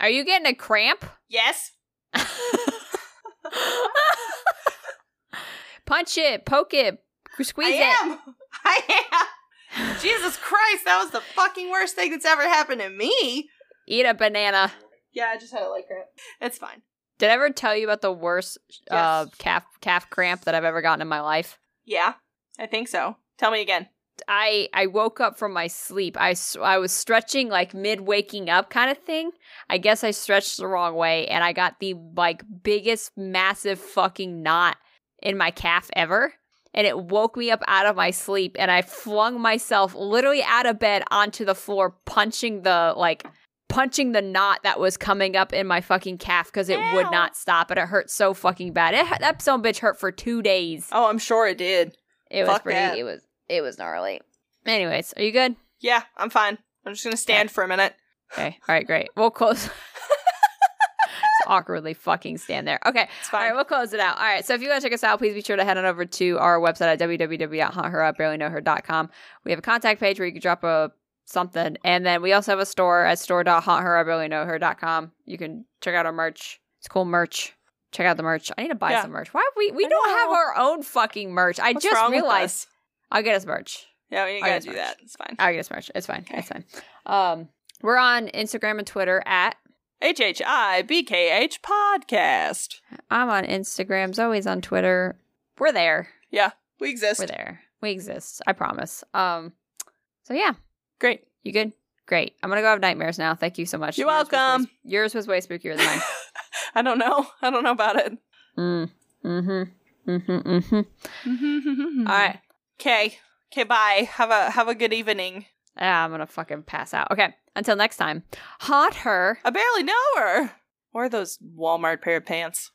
A: Are you getting a
B: <laughs>
A: cramp? <laughs>
B: Yes.
A: Punch it, poke it, squeeze it.
B: am. <laughs> I am. Jesus Christ, that was the fucking worst thing that's ever happened to me.
A: Eat a banana.
B: Yeah, I just had a leg cramp. It's fine.
A: Did I ever tell you about the worst uh, calf calf cramp that I've ever gotten in my life?
B: Yeah, I think so. Tell me again.
A: I I woke up from my sleep. I s- I was stretching like mid waking up kind of thing. I guess I stretched the wrong way and I got the like biggest massive fucking knot in my calf ever. And it woke me up out of my sleep and I flung myself literally out of bed onto the floor punching the like punching the knot that was coming up in my fucking calf because it would
B: Ow.
A: not stop and it hurt so fucking bad. It, that son of a bitch hurt for 2 days.
B: Oh, I'm sure it did.
A: It was
B: Fuck
A: pretty.
B: that.
A: It was it was gnarly. Anyways, are you good?
B: Yeah, I'm fine. I'm just gonna stand for a minute.
A: Okay. All right. Great. We'll close. <laughs> Just awkwardly fucking stand there. Okay.
B: It's
A: All right.
B: fine.
A: We'll close it out. All right. So if you want to check us out, please be sure to head on over to our website at www.hauntheroutbarelyknowher.com. We have a contact page where you can drop a something, and then we also have a store at store.hauntheroutbarelyknowher.com. You can check out our merch. It's cool merch. Check out the merch. I need to buy
B: Yeah.
A: some merch. Why we we
B: I
A: don't
B: know.
A: have our own fucking merch? I
B: What's
A: just
B: wrong with
A: realized.
B: us?
A: I'll get us merch.
B: Yeah, we ain't
A: I
B: gotta
A: guess
B: do
A: not.
B: that. It's fine.
A: I guess merch. It's fine.
B: Okay.
A: It's fine. Um, we're on Instagram and Twitter at
B: H H I B K H podcast.
A: I'm on Instagram. Zoe's on Twitter. We're there.
B: We exist.
A: We're there. We exist. I promise. Um, so yeah,
B: Great.
A: you good? Great. I'm gonna go have nightmares now. Thank you so much.
B: You're
A: Yours was way
B: welcome.
A: sp- yours was way spookier
B: <laughs>
A: than mine.
B: I don't know. <laughs> I don't know
A: <laughs>
B: about it.
A: mm. Mm-hmm. Mm-hmm. Mm-hmm.
B: All
A: All right.
B: Okay. Okay. Bye. Have a have a good evening.
A: Ah, I'm gonna fucking pass out. Okay. Until next time. Haunt her.
B: I barely know her. Or those Walmart pair of pants.